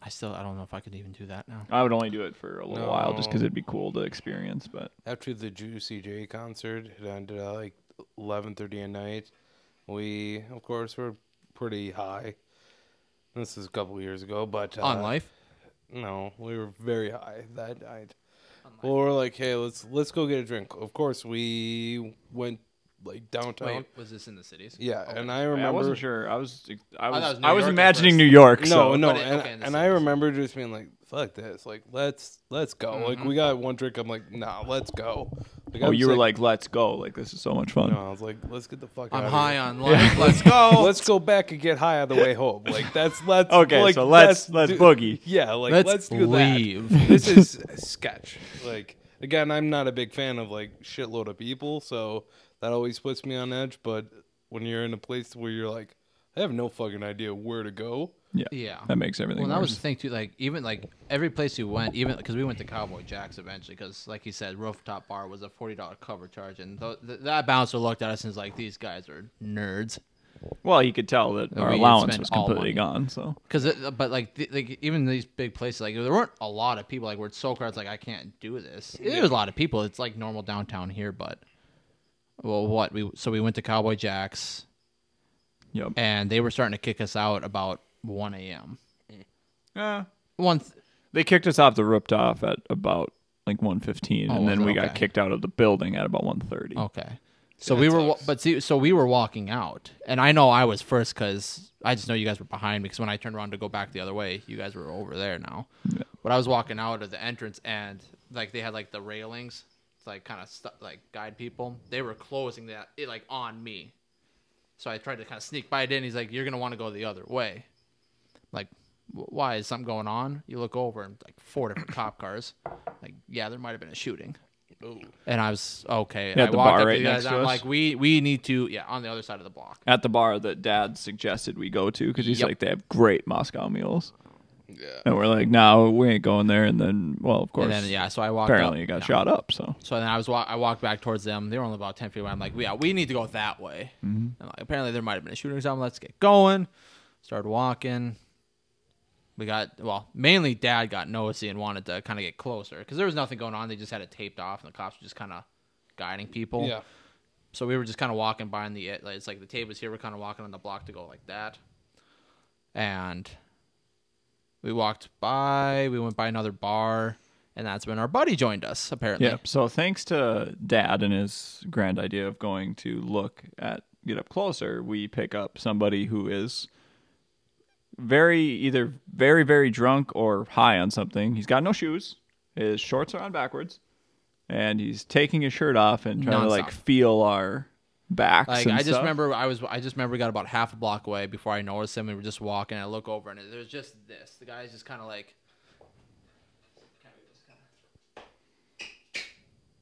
I still I don't know if I could even do that now. I would only do it for a little while just because No. it'd be cool to experience. But after the Juicy J concert, it ended at like eleven thirty at night. We, of course, were pretty high. This was a couple of years ago, but uh, On life, No, we were very high that night. Well, we're like, hey, let's let's go get a drink. Of course, we went like downtown. wait, was this in the cities? Yeah, and I I remember. wasn't sure. I was, I thought it was, was New I was York at imagining first. New York. No, so- no, But it- and, okay, in the and I cities. remember just being like, "Fuck this! Like, let's let's go! Mm-hmm. Like, we got one drink. I'm like, nah, let's go. Like, Oh, I'm you were sick. like, let's go. Like, this is so much fun. no, I was like, let's get the fuck. I'm outta high here. on life. Let's go. Let's go back and get high on the way home. Like, that's let's. Okay, like, so let's- let's do- boogie. Yeah, like Let's let's, do leave. that. This is a sketch. Like again, I'm not a big fan of like shitload of people, so that always puts me on edge. But when you're in a place where you're like, I have no fucking idea where to go. Yeah. Yeah. That makes everything Well, that was worse. the thing too. Like even like every place we went, even because we went to Cowboy Jack's eventually, because like you said, rooftop bar was a forty dollar cover charge, and th- th- that bouncer looked at us and was like, "These guys are nerds." well, you could tell that our we had allowance spent was all completely money. gone. So Because but like th- like even these big places, like there weren't a lot of people. Like we're so crowded, it's like I can't do this. There was a lot of people. It's like normal downtown here, but well, what we so we went to Cowboy Jack's. Yep. and they were starting to kick us out about 1 a.m. Yeah. One, th- Eh, They kicked us off the rooftop at about like 1:15, Oh, and then was it? we got Okay. kicked out of the building at about 1:30. okay. So That we were, wa- sucks. but see, so we were walking out, and I know I was first because I just know you guys were behind me. Because when I turned around to go back the other way, you guys were over there now. But I was walking out of the entrance, and like they had like the railings, to, like kind of stu- like guide people. They were closing that it like on me, so I tried to kind of sneak by it. And he's like, "You're gonna want to go the other way." like "Wh- why is something going on you look over and like four different cop cars like yeah there might have been a shooting oh, and i was okay and Yeah, i at the walked bar up right to the guys next to and i'm us. like we we need to yeah on the other side of the block At the bar that Dad suggested we go to because he's Yep. like, they have great Moscow mules, Yeah. and we're like, no, we ain't going there. And then, well, of course, and then yeah so i walked apparently up, you got yeah. shot up. So so then i was wa- i walked back towards them they were only about 10 feet away i'm like yeah we need to go that way Mm-hmm. and like, apparently there might have been a shooting or something let's get going started walking we got well mainly dad got nosy and wanted to kind of get closer because there was nothing going on they just had it taped off and the cops were just kind of guiding people Yeah. so we were just kind of walking by in the uh, like, it's like the tables here we're kind of walking on the block to go like that and we walked by we went by another bar and that's when our buddy joined us apparently yeah. So thanks to Dad and his grand idea of going to look at get up closer, we pick up somebody who is very either very very drunk or high on something. He's got no shoes. His shorts are on backwards, and he's taking his shirt off and trying to like Nonstop. feel our backs. like and i just stuff. remember i was i just remember we got about half a block away before i noticed him we were just walking and i look over and there's just this the guy's just kind of like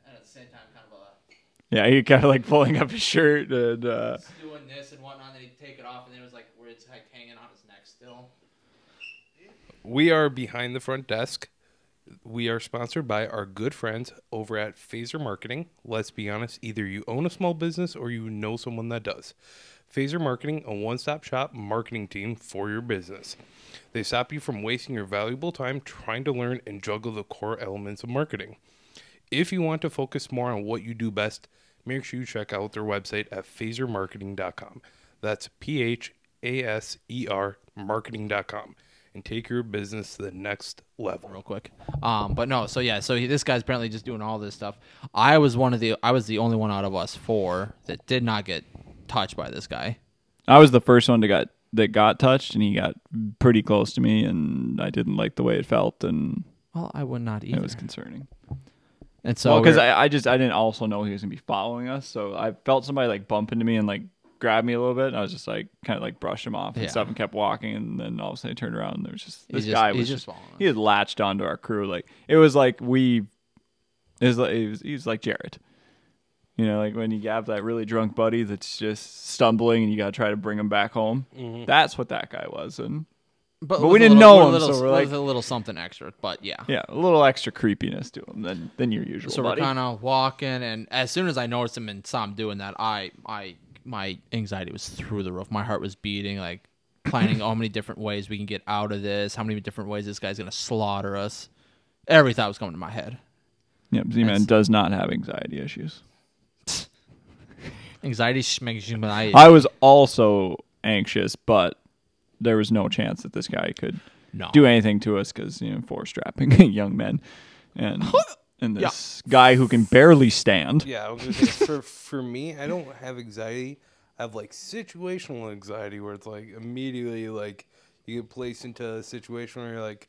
and at the same time kind of uh, a Yeah, he kind of like pulling up his shirt and uh, doing this and whatnot, and then he'd take it off, and then it was like where it's like hanging on his neck still. We are behind the front desk. We are sponsored by our good friends over at Phaser Marketing. Let's be honest, either you own a small business or you know someone that does. Phaser Marketing, a one stop shop marketing team for your business. They stop you from wasting your valuable time trying to learn and juggle the core elements of marketing. If you want to focus more on what you do best, make sure you check out their website at phasermarketing.com. That's P H A S E R marketing.com and take your business to the next level. Real quick, um, but no, so yeah, so he, this guy's apparently just doing all this stuff. I was one of the, I was the only one out of us four that did not get touched by this guy. I was the first one to got that got touched, and he got pretty close to me, and I didn't like the way it felt, and Well, I would not either. it was concerning. and so Well, 'cause because we were- I, I just I didn't also know he was gonna be following us, so I felt somebody like bump into me and like grab me a little bit, and I was just like kind of like brushed him off and Yeah. stuff, and kept walking, and then all of a sudden I turned around and there was just He's this just- guy he's was just just, following us. he had latched onto our crew like it was like we it was like he was, he was like Jarrett. You know, like when you have that really drunk buddy that's just stumbling and you gotta try to bring him back home. Mm-hmm. That's what that guy was, and but, we with a didn't little- know with a him, little- so we're with like- a little something extra. But yeah, yeah, a little extra creepiness to him than than your usual so buddy. we're kind of walking, and as soon as I noticed him and saw him doing that, I, I my anxiety was through the roof. My heart was beating, like planning how many different ways we can get out of this, how many different ways this guy's gonna slaughter us. Every thought was coming to my head. Yep, Z Man That's- does not have anxiety issues. Anxiety makes you I, I was also anxious, but there was no chance that this guy could no. do anything to us because you know four strapping young men, and and Yeah. this guy who can barely stand. Yeah, I was gonna say, for for me, I don't have anxiety. I have like situational anxiety where it's like immediately like you get placed into a situation where you're like,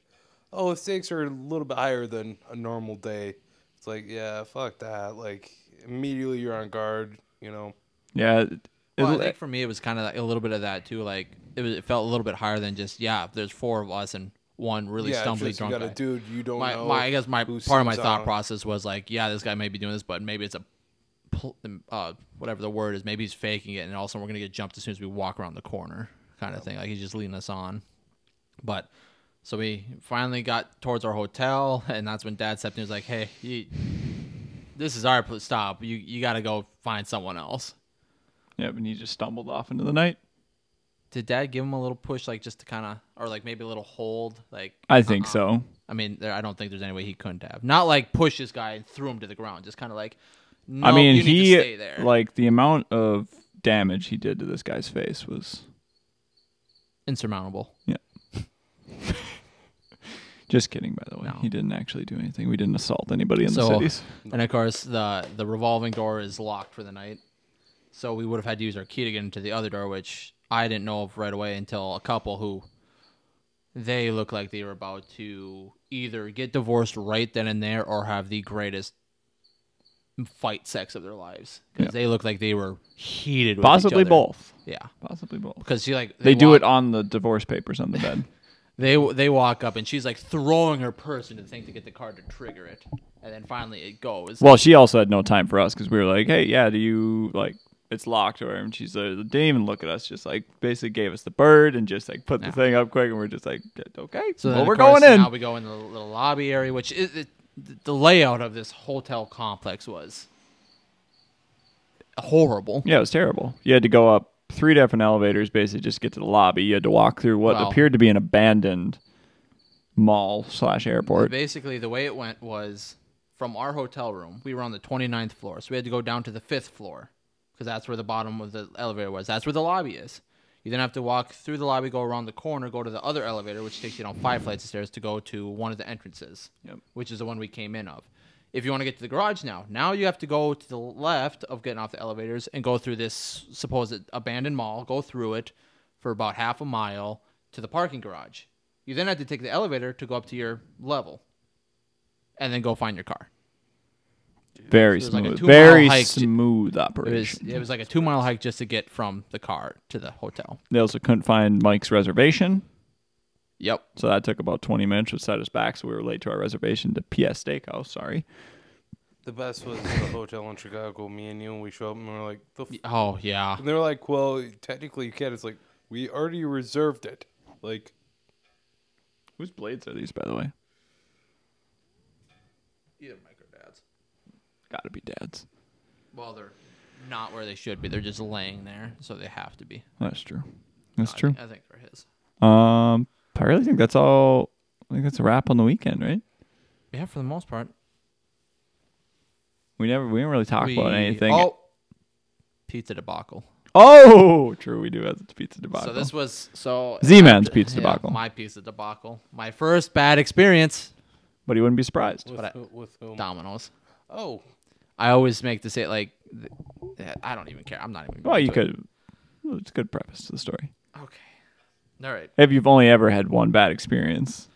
oh, the stakes are a little bit higher than a normal day. It's like, yeah, fuck that. Like immediately you're on guard. You know, Yeah, it- Well, I it- think for me, it was kind of like a little bit of that too. Like it, was, it felt a little bit higher than just yeah. There's four of us and one really yeah, it's stumbly just, you drunk got a guy. dude you don't my, know. my I guess my who part of my seems thought on. process was like, yeah, this guy may be doing this, but maybe it's a pl- uh, whatever the word is. Maybe he's faking it, and also we're gonna get jumped as soon as we walk around the corner, kind of thing. Like he's just leading us on. But so we finally got towards our hotel, and that's when Dad stepped in. He was like, "Hey, you, this is our pl- stop. You you got to go find someone else." yep, and he just stumbled off into the night. Did Dad give him a little push, like just to kind of, or like maybe a little hold, like I think Uh-huh. so. I mean, there, I don't think there's any way he couldn't have. Not like push this guy and threw him to the ground. Just kind of like, no, I mean, you need he to stay there. like the amount of damage he did to this guy's face was insurmountable. yeah. just kidding, by the way. No. He didn't actually do anything. We didn't assault anybody in the So, cities. and of course, the the revolving door is locked for the night. So we would have had to use our key to get into the other door, which I didn't know of right away until a couple who they looked like they were about to either get divorced right then and there or have the greatest fight sex of their lives because Yeah. they looked like they were heated. With each Possibly other. both. Yeah, Possibly both. because she like They, do walk- it on the divorce papers on the bed. They they walk up and she's like throwing her purse into the thing to get the card to trigger it, and then finally it goes. Well, she also had no time for us because we were like, "Hey, yeah, do you like it's locked?" Or and she's uh, didn't even look at us, just like basically gave us the bird and just like put the thing up quick, and we're just like, "Okay, so then, well, of we're course, going in." Now we go in the little lobby area, which is it, the layout of this hotel complex was horrible. yeah, it was terrible. You had to go up three different elevators, basically just get to the lobby. You had to walk through what Well- appeared to be an abandoned mall slash airport. Basically, the way it went was from our hotel room, we were on the 29th floor. So we had to go down to the fifth floor because that's where the bottom of the elevator was. That's where the lobby is. You then have to walk through the lobby, go around the corner, go to the other elevator, which takes you down five flights of stairs to go to one of the entrances, Yep. which is the one we came in of. If you want to get to the garage now, now you have to go to the left of getting off the elevators and go through this supposed abandoned mall, go through it for about half a mile to the parking garage. You then have to take the elevator to go up to your level and then go find your car. Very So it was like a smooth, two-mile very hike to- smooth It was operation. it was like a two mile hike just to get from the car to the hotel. They also couldn't find Mike's reservation, Yep. so that took about twenty minutes, which set us back. So we were late to our reservation to PS Steakhouse. Sorry. The best was the hotel in Chicago. Me and you, and we show up and we're like, the f- Oh yeah. and they're like, well, technically you can't. It's like we already reserved it. Like Whose blades are these, by the way? Either Mike or Dad's. Gotta be dad's. Well, they're not where they should be. They're just laying there, so they have to be. That's true. That's I true. think- I think they're his. Um, I really think that's all. I think that's a wrap on the weekend, right? Yeah, for the most part. We never, we didn't really talk we- about anything. Oh, pizza debacle. Oh, true. We do have the pizza debacle. So this was so Z-Man's pizza yeah, debacle. My pizza debacle. My first bad experience. but he wouldn't be surprised. with, But I- who- with whom? Domino's. Oh, I always make the say like, th- yeah, I don't even care. I'm not even. Well, you into it. could. well, It's a good preface to the story. Okay. All right. If you've only ever had one bad experience,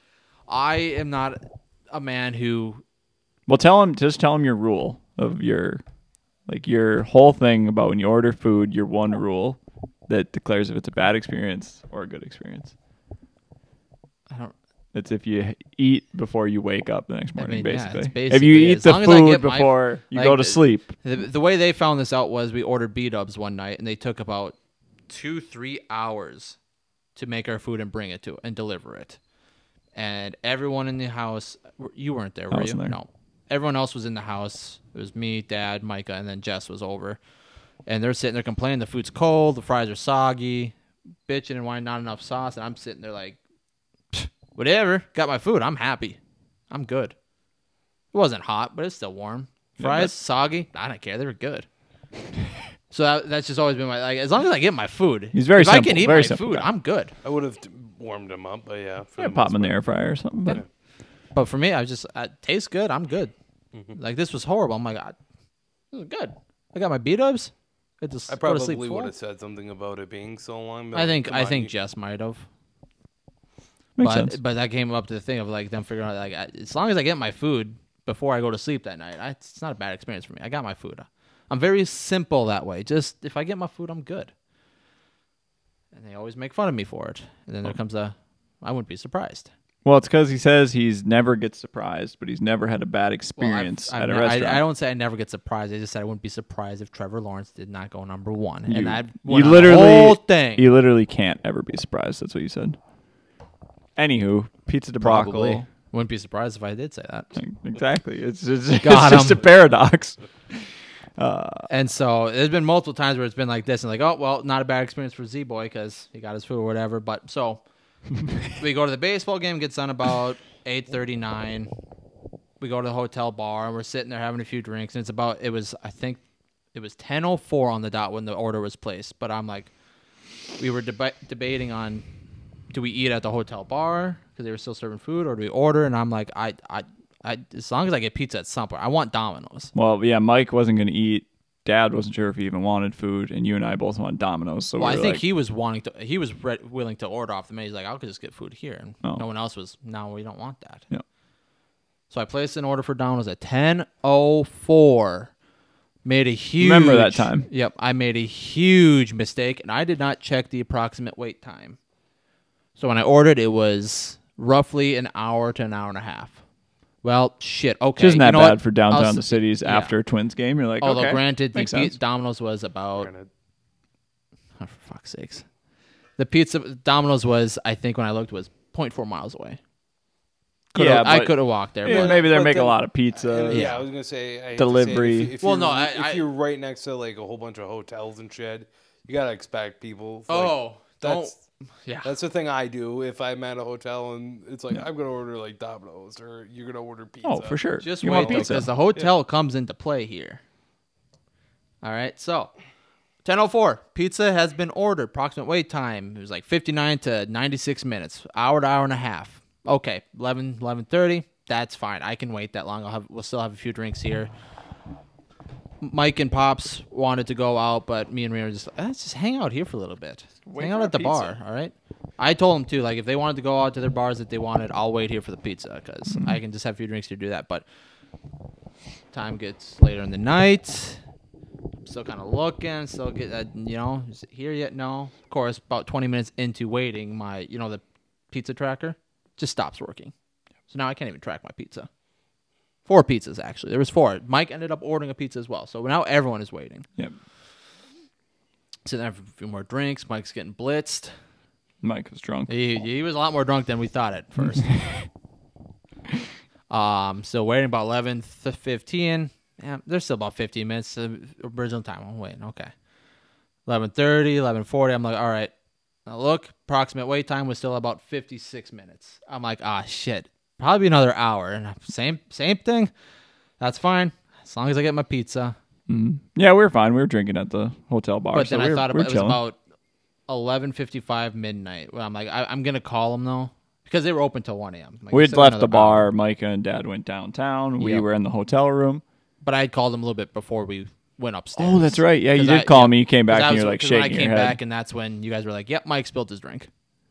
I am not a man who well, tell him. Just tell him your rule of your, like your whole thing about when you order food. Your one rule that declares if it's a bad experience or a good experience. I don't. It's if you eat before you wake up the next morning, mean, yeah, basically. it's If you basically- eat as the long as I food get my- before you like, go to the- sleep, The, the way they found this out was we ordered B Dubs one night and they took about two three hours to make our food and bring it to and deliver it. And everyone in the house, you weren't there, were wasn't there. you? No, everyone else was in the house. It was me, Dad, Micah, and then Jess was over. and they're sitting there complaining the food's cold, the fries are soggy, bitching and whining, not enough sauce, and I'm sitting there like, "Pfft, whatever, got my food, I'm happy, I'm good. It wasn't hot, but it's still warm. Fries soggy, I don't care, they were good. so that, that's just always been my like. As long as I get my food, He's very if I can simple, eat very my simple food, guy. I'm good. I would have warmed them up, but yeah. for Yeah, the pop most them in the air fryer or something. But But for me, I was just I, tastes good. I'm good. Mm-hmm. Like this was horrible. I'm like, I, this is good. I got my beat ups. I just I go to sleep probably full. would have said something about it being so long. but I think come I on, think you- Jess might have. makes but sense. but that came up to the thing of like them figuring out like I, as long as I get my food before I go to sleep that night, I, it's not a bad experience for me. I got my food. I'm very simple that way. Just if I get my food, I'm good. And they always make fun of me for it. And Oh. then there comes the, I wouldn't be surprised. Well, it's because he says he's never gets surprised, but he's never had a bad Well, I've- experience I've at a ne- I- restaurant. I, don't say I never get surprised. I just said I wouldn't be surprised if Trevor Lawrence did not go number one, You- and that you went on literally the whole thing. You literally can't ever be surprised. That's what you said. Anywho, pizza debacle. Probably wouldn't be surprised if I did say that. Exactly. It's just, it's Got just a him. paradox. And so there's been multiple times where it's been like this, and like, oh well, not a bad experience for Z Boy because he got his food or whatever. But so we go to the baseball game, gets done about eight thirty nine. We go to the hotel bar and we're sitting there having a few drinks, and it's about it was I think it was ten oh four on the dot when the order was placed. But I'm like, we were deba- debating on do we eat at the hotel bar because they were still serving food, or do we order? And I'm like, I I. I, as long as I get pizza at some point, I want Domino's. Well, yeah, Mike wasn't going to eat. Dad wasn't sure if he even wanted food, and you and I both want Domino's. So Well, we I were think like, he was wanting to. He was re- willing to order off the menu. He's like, "I'll just get food here," and Oh. no one else was. No, we don't want that. Yeah. So I placed an order for Domino's at ten oh four. Made a huge. Remember that time. Yep, I made a huge mistake, and I did not check the approximate wait time. So when I ordered, it was roughly an hour to an hour and a half. Well, shit. Okay, Which isn't you that know bad what? for downtown I'll the s- cities yeah. after a Twins game. You're like, Although okay, granted, the makes pi- sense. Domino's was about Granted. Oh, for fuck's sakes. The pizza Domino's was, I think, when I looked, was 0.4 miles away. Coulda- Yeah, I but- could have walked there. Yeah, but maybe they But make a then- lot of Uh, pizza. yeah. I was gonna say I hate to say it, Delivery. if, you- if Well, you're, no, I- if I- you're right next to like a whole bunch of hotels and shit, you gotta expect people. like, Oh, don't. that's Yeah. that's the thing I do if I'm at a hotel and it's like I'm gonna order like Domino's or you're gonna order pizza. Oh, for sure. Just you wait want though, pizza. because the hotel comes into play here. All right, so 10:04 pizza has been ordered. Approximate wait time it was like 59 to 96 minutes, hour to hour and a half. Okay, 11 11:30. That's fine. I can wait that long. I'll have we'll still have a few drinks here. Mike and Pops wanted to go out, but me and Rena were just "Ah, let's just hang out here for a little bit. Wait hang out for at the the pizza. bar, all right? I told them too, like if they wanted to go out to their bars that they wanted, I'll wait here for the pizza because I can just have a few drinks to do that. But time gets later in the night. I'm still kind of looking, still get uh, you know, is it here yet? No. Of course, about 20 minutes into waiting, my you know the pizza tracker just stops working. So now I can't even track my pizza. Four pizzas actually. There was four. Mike ended up ordering a pizza as well. So now everyone is waiting. Yep. Sitting there for a few more drinks. Mike's getting blitzed. Mike was drunk. He, he was a lot more drunk than we thought at first. um, so waiting about 11, th- 15. Yeah, there's still about 15 minutes to original time. I'm waiting. Okay. 11.30, 11.40. I'm like, all right. Now look, approximate wait time was still about 56 minutes. I'm like, ah, shit. Probably another hour. And I'm- same same thing. That's fine. As long as I get my pizza. Yeah, we were fine. We were drinking at the hotel bar. But so then we I were, thought we were about, it was chilling. about eleven fifty five midnight. Well, I'm like, I, I'm gonna call them though because they were open till one a.m. Like, we had still left another the hour. bar. Micah and Dad went downtown. We Yep. were in the hotel room. but I had called them a little bit before we went upstairs. Oh, that's right. Yeah, you 'Cause did I- call yeah, me. You came 'Cause back I and was- you're like 'cause shaking When I your came head. back, and that's when you guys were like, "Yep, Mike spilled his drink."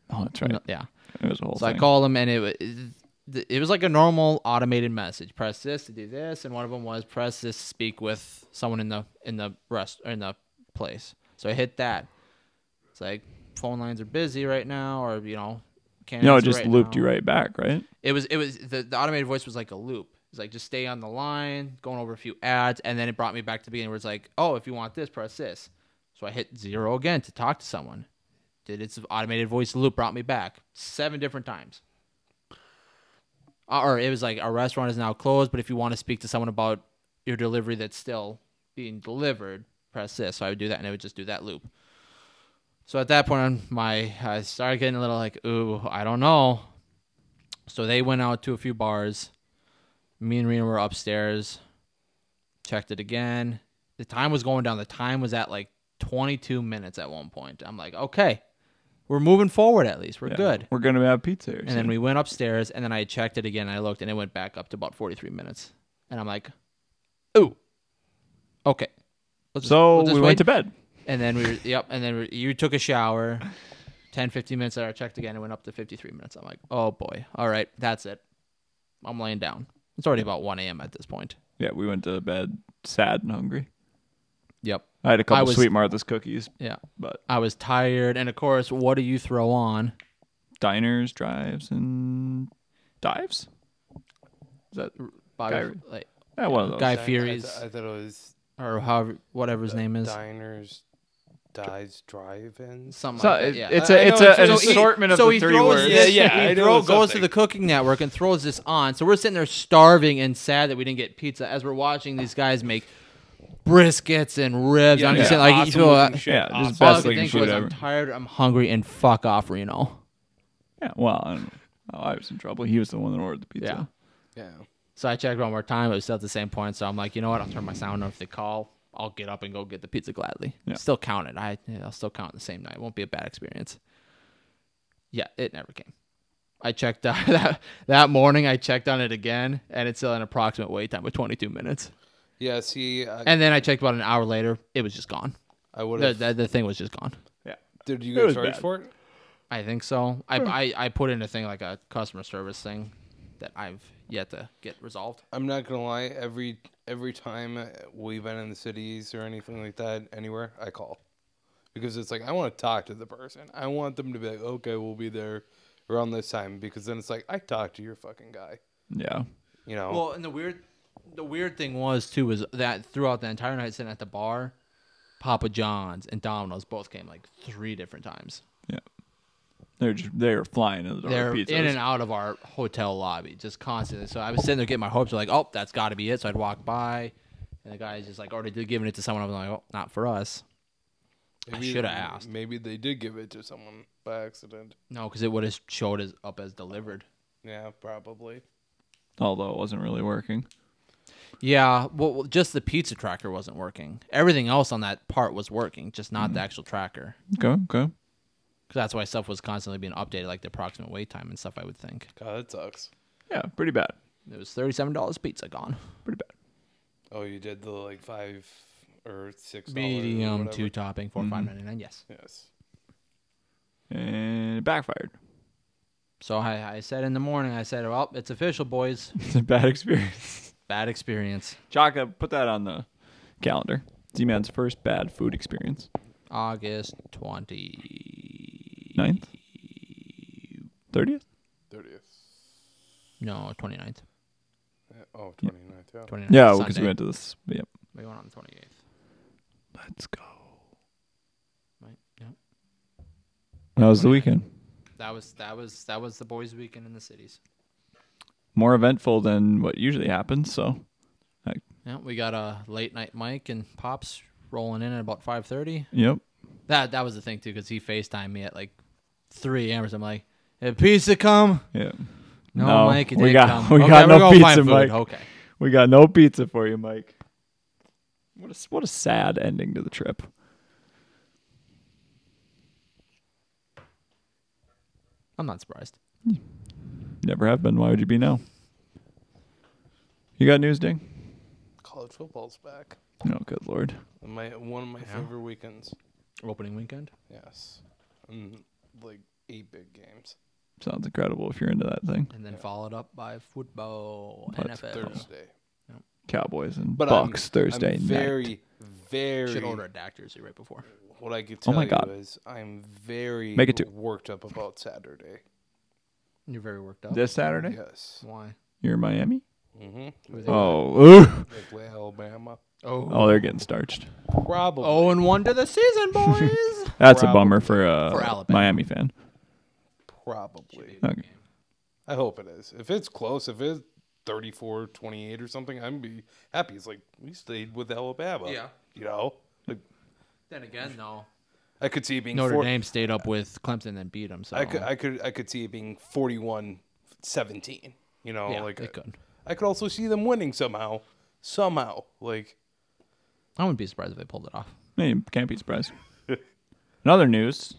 oh, that's right. Yeah. It was a whole So I thing. called them, and it was it was like a normal automated message. Press this to do this, and one of them was press this to speak with someone in the in the rest or in the place. So I hit that. It's like phone lines are busy right now, or you know, can't. no, it answer just right looped now. you right back, right? It was it was the, the automated voice was like a loop. It's like just stay on the line, going over a few ads, and then it brought me back to the beginning where it's like, oh, if you want this, press this. So I hit zero again to talk to someone. Did its automated voice loop brought me back seven different times. Uh, Or it was like our restaurant is now closed, but if you want to speak to someone about your delivery that's still being delivered, press this. So I would do that, and it would just do that loop. So at that point, I'm- my I started getting a little like, ooh, I don't know. So they went out to a few bars. Me and Rena were upstairs. Checked it again. The time was going down. The time was at like 22 minutes at one point. I'm like, okay, we're moving forward at least. We're Yeah. good. We're gonna have pizza. Here And then we went upstairs, and then I checked it again. And I looked, and it went back up to about 43 minutes. And I'm like, ooh, okay. Let's so we'll we went to bed. And then we were, yep. And then we, you took a shower. 10, 15 minutes later, I checked again. It went up to 53 minutes. I'm like, oh boy. All right, that's it. I'm laying down. It's already about 1 a.m. at this point. Yeah, we went to bed sad and hungry. Yep. I had a couple was- Sweet Martha's cookies, Yeah. but I was tired. And of course, what do you throw on? diners, drives, and dives. Is that Bobby, Guy- like, yeah, one of those? Guy I- I- Fieri's I, thought it was or however, whatever Uh, his name is. diners, dies, drive-ins. Something So like that. it- Yeah. it's I- I a it's know a, it's an just- So he- assortment so of the he three throws words. This, Yeah, yeah, he I know throw, it's goes to something. the cooking network and throws this on. So we're sitting there starving and sad that we didn't get pizza as we're watching these guys make briskets and ribs. I'm yeah. just saying, like, you feel, looking uh, shit. Yeah, this is Awesome all I Best could looking think food was, ever. I'm tired, I'm hungry, and fuck off, Reno. Yeah, well, I, don't know. I was in trouble. He was the one that ordered the pizza. Yeah. So I checked one more time. It was still at the same point. So I'm like, you know what? I'll turn my sound off. If they call, I'll get up and go get the pizza gladly. Yeah. Still count it. I, yeah, I'll still count it the same night. It won't be a bad experience. Yeah, it never came. I checked uh, that that morning. I checked on it again, and it's still an approximate wait time of 22 minutes. Yeah. See, I, And then I checked about an hour later. It was just gone. I would The, have. the, the thing was just gone. Yeah. Did you it get was charged bad. for it? I think so. I, I I put in a thing like a customer service thing that I've yet to get resolved. I'm not gonna lie. Every every time we've been in the cities or anything like that, anywhere, I call because it's like I want to talk to the person. I want them to be like, okay, we'll be there around this time because then it's like I talked to your fucking guy. Yeah. You know. Well, and the weird, the weird thing was too was that throughout the entire night sitting at the bar, Papa John's and Domino's both came like three different times. Yeah. They're just they're flying in the dark They're pizzas. in and out of our hotel lobby just constantly. So I was sitting there getting my hopes up, like, oh, that's got to be it. So I'd walk by, and the guy's just like already giving it to someone. I'm like, oh, not for us. I shoulda asked. Maybe they did give it to someone by accident. No, because it would have showed as up as delivered. Yeah, probably. Although it wasn't really working. Yeah, well, well, just the pizza tracker wasn't working. Everything else on that part was working, just not the actual tracker. Okay, okay. 'Cause that's why stuff was constantly being updated, like the approximate wait time and stuff. I would think God, that sucks. Yeah, pretty bad. it was thirty-seven dollars pizza gone. Pretty bad. Oh, you did the like five or six. dollars or Medium whatever. two topping for five ninety nine. Yes. Yes. And it backfired. So I, I said in the morning, I said, "Well, it's official, boys. It's a bad experience. Bad experience. Chaka, put that on the calendar. Z Man's first bad food experience. August twenty Ninth? Thirtieth? Thirtieth. no 29th. Oh, 29th. Yeah. 29th Yeah, Sunday. because we went to this. Yep. We went on the twenty eighth. Let's go. Right. Yeah. That was the weekend. That was that was that was the boys' weekend in the cities. More eventful than what usually happens, so Yeah, we got a late night Mike and Pops rolling in at about five thirty. yep. That that was the thing too, because he Facetime me at like three a.m. or something. Like, "Did pizza come? Yeah. No, No, Mike, it we didn't got- come. we got no we're gonna find pizza, food. Mike. Okay, We got no pizza for you, Mike. What a what a sad ending to the trip. I'm not surprised. Never have been. Why would you be now? You got news, Ding? College football's back. Oh, good lord. My one of my favorite weekends. Opening weekend. Yes. And like eight big games. Sounds incredible if you're into that thing. and then followed up by football, But NFL. Thursday. Cowboys and But I'm- Bucks Thursday I'm night. very, very. Should order a Dak jersey right before. What I could Oh tell my God. you is I'm very Make it two. worked up about Saturday. You're very worked up. This Saturday? Yes. Why? You're in Miami? Mm-hmm. Oh. ooh. Like Alabama. Oh, they're getting starched. Probably. Oh, and one to the season, boys. That's a Probably. bummer for a For Alabama. Miami fan. Probably. Okay. I hope it is. If it's close, if it's 34 28 or something, I'm be happy. It's like we stayed with Alabama. Yeah. You know? Then again, though, I could see it being Notre four- Dame stayed up with Clemson and beat them. So I could, I could, I could see it being 41-17. You know, yeah, like they could. I could also see them winning somehow, somehow. Like I wouldn't be surprised if they pulled it off. Hey, you can't be surprised. In other news,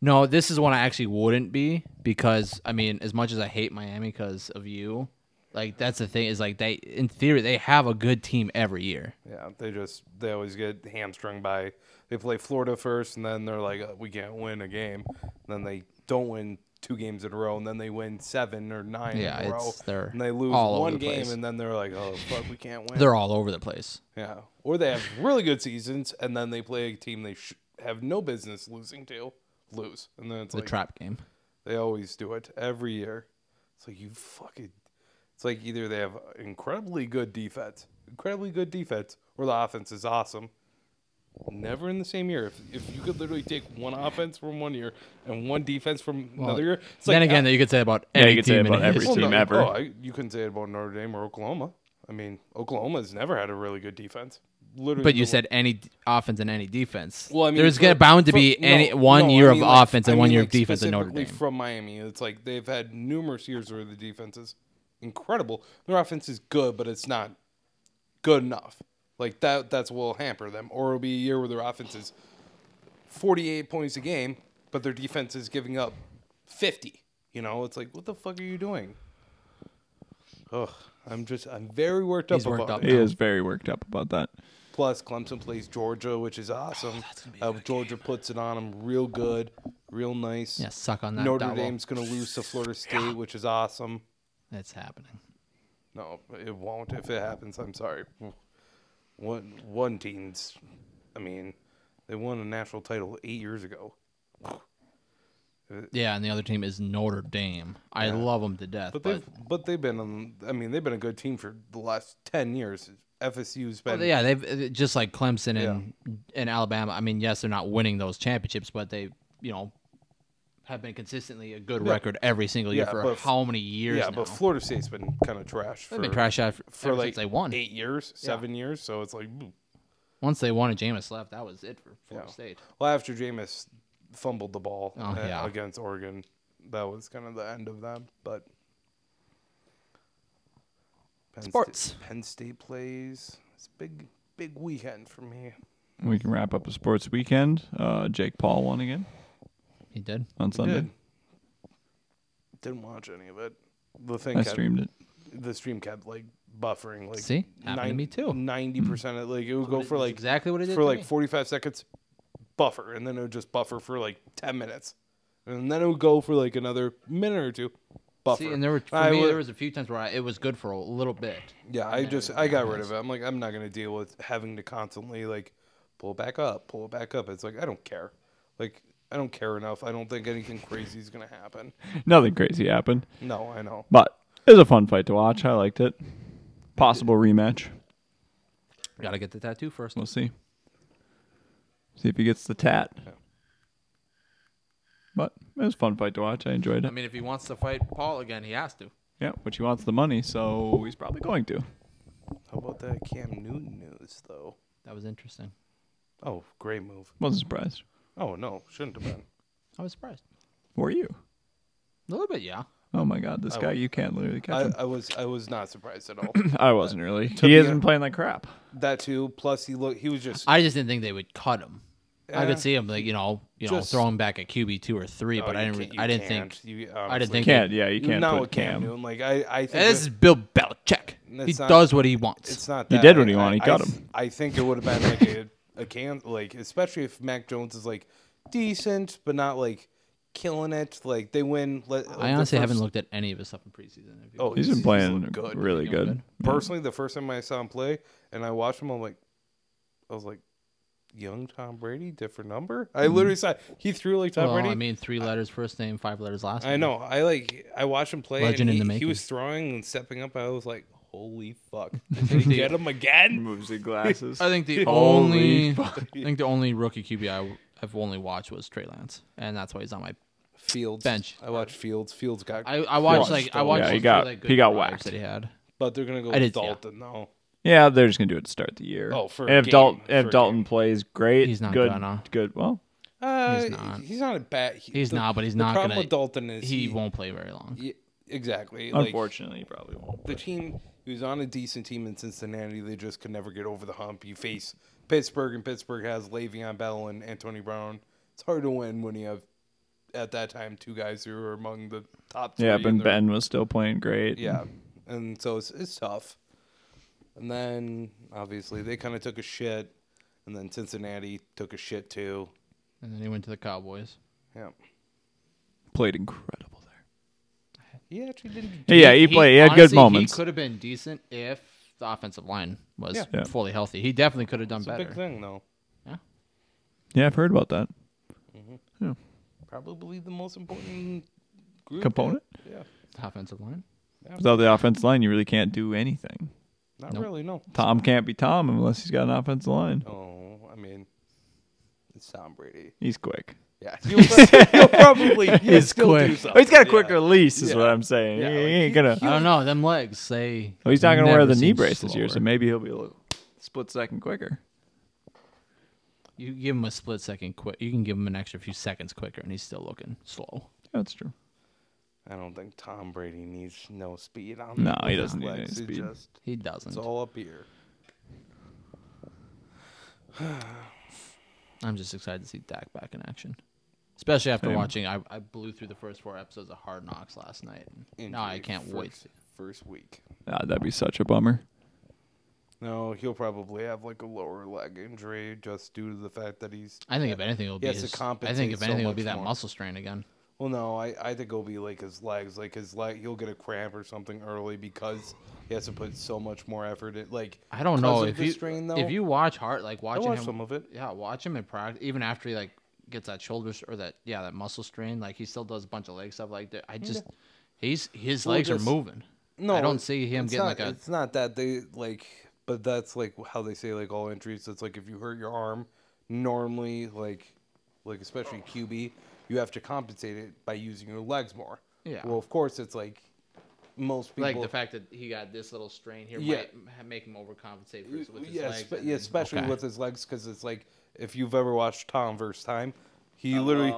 No, this is one I actually wouldn't be because I mean, as much as I hate Miami because of you, like that's the thing is like they in theory they have a good team every year. Yeah, they just they always get hamstrung by they play Florida first, and then they're like, "Uh, we can't win a game. And then they don't win two games in a row, and then they win seven or nine Yeah, in a row, it's- they're and they lose all over one the game, place. and then they're like, oh fuck, we can't win. They're all over the place. yeah, or they have really good seasons, and then they play a team they sh- have no business losing to, lose, and then it's The like trap game. they always do it every year. It's like you fucking. It's like either they have incredibly good defense, incredibly good defense, or the offense is awesome. Never in the same year. If, if you could literally take one offense from one year and one defense from another year, it's then like, again, you could say about Yeah, you any could team say in about every history. team ever. Oh, I, you couldn't say it about Notre Dame or Oklahoma. I mean, Oklahoma's never had a really good defense. Literally, But you the- said any d- offense and any defense. Well, I mean, there's for- gonna bound to for- be no, any no, one I year mean, of like- offense I and one mean, year like, of defense in Notre specifically Dame. From Miami, it's like they've had numerous years where the defense is incredible. Their offense is good, but it's not good enough. Like that, that's what will hamper them. Or it'll be a year where their offense is 48 points a game, but their defense is giving up 50. You know, it's like, what the fuck are you doing? Ugh, I'm just, I'm very worked up He's worked about up it. he is very worked up about that. Plus, Clemson plays Georgia, which is awesome. Uh, Georgia puts it on them real good, real nice. Yeah, suck on that. Notre Dabo. Dame's going to lose to Florida State, which is awesome. It's happening. No, it won't if it happens. I'm sorry. One one team's, I mean, they won a national title eight years ago. Yeah, and the other team is Notre Dame. I love them to death, But but, they've but they've been on. I mean, they've been a good team for the last ten years. FSU's been Well, yeah, they've uh, just like Clemson and and Alabama. I mean, yes, they're not winning those championships, but they, you know, have been consistently a good record every single year Yeah, for but- how many years? yeah. now? But Florida State's been kind of trash. they've for, been trash out for, for like since they won. eight years, seven years. So it's like. mm. Once they won and Jameis left, that was it for Florida Yeah. State. Well, after Jameis fumbled the ball Oh, a- yeah. against Oregon, that was kind of the end of them. But Penn Sta- Sports. Penn State plays. It's a big, big weekend for me. We can wrap up a sports weekend. Uh, Jake Paul won again He did. on Sunday. Did. Didn't watch any of it. The thing I kept- streamed it. The stream kept like buffering. Like See? Happened to me, too. Ninety percent. of Like it would go for That's like exactly what it did for to like me. 45 seconds buffer and then it would just buffer for like 10 minutes and then it would go for like another minute or two buffer See, and there were for I me, would- there was a few times where I, it was good for a little bit. yeah i just i got rid of it i'm like i'm not gonna deal with having to constantly like pull it back up pull it back up it's like i don't care like i don't care enough i don't think anything crazy is gonna happen Nothing crazy happened, no i know but it was a fun fight to watch. I liked it. Possible rematch. Gotta get the tattoo first. We'll see. See if he gets the tat. But it was a fun fight to watch. I enjoyed I it. mean, if he wants to fight Paul again, he has to. Yeah, which he wants the money, so he's probably going to. how about that cam newton news though That was interesting. oh great move Wasn't surprised. oh no shouldn't have been I was surprised. Were you? A little bit, yeah. Oh my God, this guy you can't literally catch I, him. I was i was not surprised at all I wasn't really. be He has been a- playing like crap. that too plus he looked he was just I just didn't think they would cut him. I Yeah. could see him like you know you Just- know throw him back at QB two or three, but Oh, I you didn't can't- re- you I didn't can't. think You- I didn't honestly, think Can't. Yeah, you can't Not put with Cam, Cam. Newton. Like I, I think this is it- Bill Belichick. He It's not- does what he wants. it's not. He That. did what he I- wanted. He I- got I, him. I think it would have been like a, a can like especially if Mac Jones is like decent but not like killing it. Like they win. Let, I honestly haven't looked at any of his stuff in preseason. If you- Oh, He's been he's playing looked good. really He's good. doing personally the first time I saw him play and I watched him. I'm like, I was like, young Tom Brady, different number. I literally saw he threw like Tom Mm-hmm. well, Brady. I mean, three letters first name, five letters last. I name. know. I like. I watched him play. Legend and in he, the He making. was throwing and stepping up. I was like, "Holy fuck! Did they get him again?" Moves the glasses. I think the Holy only I think the only rookie QB I, have only watched was Trey Lance, and that's why he's on my. Fields Bench. I watched Fields. Fields got. I, I watched Crushed like I watched. Yeah, he those got- really good he got drives whacked. that he had. but they're gonna go I with did, yeah. Dalton though. Yeah, they're just gonna do it to start the year. Oh, for and a if game, Dalton for if a Dalton plays great, He's not good, gonna. good. Well, Uh, He's not. He's not a bad. he- He's not, but he's the not problem gonna- with Dalton is He won't play very long. y- exactly. like, unfortunately, he probably won't. the team he was on a decent team in Cincinnati. They just could never get over the hump. You face Pittsburgh, and Pittsburgh has Le'Veon Bell and Antonio Brown. It's hard to win when you have at that time two guys who are among the top. Yeah, three but in their- Ben was still playing great. Yeah, and so it's it's tough. And then obviously they kind of took a shit, and then Cincinnati took a shit too. And then he went to the Cowboys. Yeah, played incredible there. he actually didn't. yeah, he, played. He had good honestly, moments. He could have been decent if the offensive line was Yeah. Yeah. fully healthy. He definitely could have done It's a better. big thing though. Yeah, I've heard about that. Probably the most important group Component? Yeah, Offensive line. Without the offensive line, you really can't do anything. not Nope. really. No. Tom can't be Tom unless he's got an offensive line. Oh, I mean, it's Tom Brady. He's quick. Yeah, you'll, pro- you'll probably you'll He's still quick. Do Oh, something. he's got a yeah. quick release, is Yeah. what I'm saying. Yeah, he, he like, ain't he- gonna. I don't know. Them legs say. Oh, he's not gonna never wear the knee seem brace this year, so slower. maybe he'll be a little split second quicker. You give him a split second quick. You can give him an extra few seconds quicker, and he's still looking slow. Yeah, that's true. I don't think Tom Brady needs no speed on. No, him. he His doesn't need any legs, he speed. Just, He doesn't. it's all up here. I'm just excited to see Dak back in action, especially after watching. I, I blew through the first four episodes of Hard Knocks last night. No, I Injury can't first, wait. First week. Ah, that'd be such a bummer. No, he'll probably have like a lower leg injury just due to the fact that he's. I think if anything, it'll be. He has to His, I compensate think if so anything, it'll much be that more. muscle strain again. Well, no, I, I think it'll be like his legs. Like his leg, he'll get a cramp or something early because he has to put so much more effort. It like I don't because know of if the you strain, though, if you watch Hard like watching watched him, some of it. Yeah, watch him in practice. Even after he like gets that shoulder s- or that yeah that muscle strain, like he still does a bunch of leg stuff. Like that. I just he's his Well, legs just- are moving. No, I don't it's- see him it's getting not- like a. It's not that they like, but that's like how they say like all injuries. It's like if you hurt your arm, normally like, like especially QB, you have to compensate it by using your legs more. Yeah. Well, of course, it's like most people. Like the fact that he got this little strain here Yeah. might might make him overcompensate for his, with his yeah, legs. spe- and yeah, then- especially Okay. with his legs, because it's like if you've ever watched Tom versus Time, Oh, he literally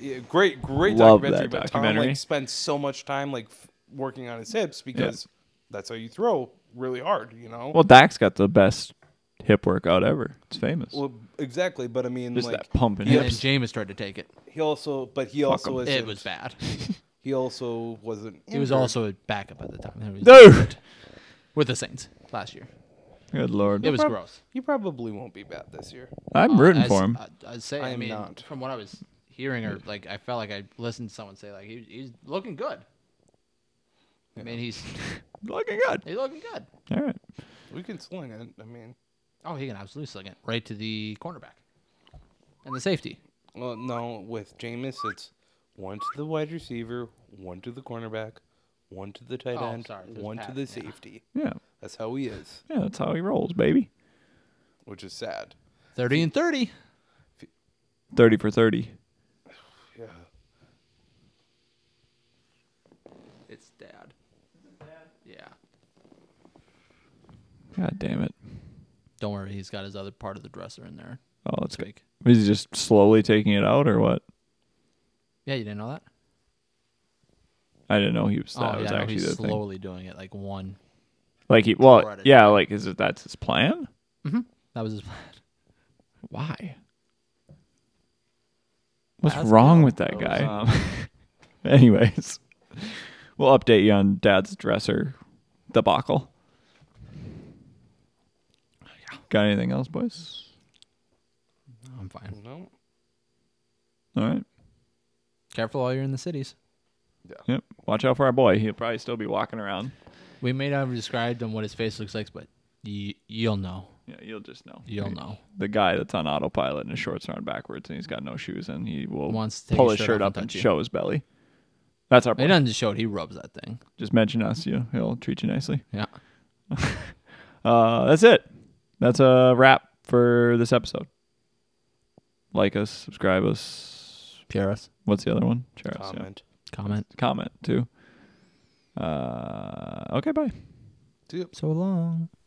yeah, great, great Love documentary. that but Tom documentary. like spends so much time like f- working on his hips because that's how you throw really hard. You know. Well, Dak's got the best hip workout ever. It's famous. Well, exactly, but I mean, Just like that pumping And hips. then Jameis tried to take it. he also, but he also 'em. was It was bad. He also wasn't. He was also a backup at the time. He was Dude. With the Saints last year. Good lord. It was gross. You probably won't be bad this year. I'm rooting As- uh, for him. I, I'd say, I, I am mean, not. from what I was hearing, or like, I felt like I listened to someone say, like, he, he's looking good. I mean, he's Looking good. he's looking good. All right. We can sling it. I mean, Oh, he can absolutely sling it right to the cornerback and the safety. well, no, with Jameis, it's one to the wide receiver, one to the cornerback, one to the tight Oh, end, sorry, there's one to Pat, the yeah. safety. Yeah. That's how he is, Yeah, that's how he rolls, baby. which is sad. Thirty and thirty. 30 for 30. Yeah. It's dad. Yeah. God damn it. Don't worry, he's got his other part of the dresser in there. Oh, that's this good. week. Is he just slowly taking it out or what? Yeah, you didn't know that. I didn't know he was that oh, was yeah, no, actually he's the thing. slowly doing it like one. Like he well, Spread it. yeah, like is it that's his plan? That was his plan. Why? What's That's wrong cool. with that guy? um, anyways, we'll update you on Dad's dresser debacle. Got anything else, boys? I'm fine. No. All right. Careful while you're in the cities. Yep. Watch out for our boy. He'll probably still be walking around. We may not have described him what his face looks like, but y- you'll know. Yeah, you'll just know. You'll know. The guy that's on autopilot and his shorts are on backwards and he's got no shoes and he will Wants to take pull his his shirt shirt off up and and touch you. show his belly. That's our He point. doesn't just show it; he rubs that thing. Just mention us. You, he'll treat you nicely. Yeah. Uh, that's it. That's a wrap for this episode. Like us, subscribe us. Share us. What's the other one? Share us, yeah. Comment. Comment. Comment too. Uh, okay, bye. Yep. So long.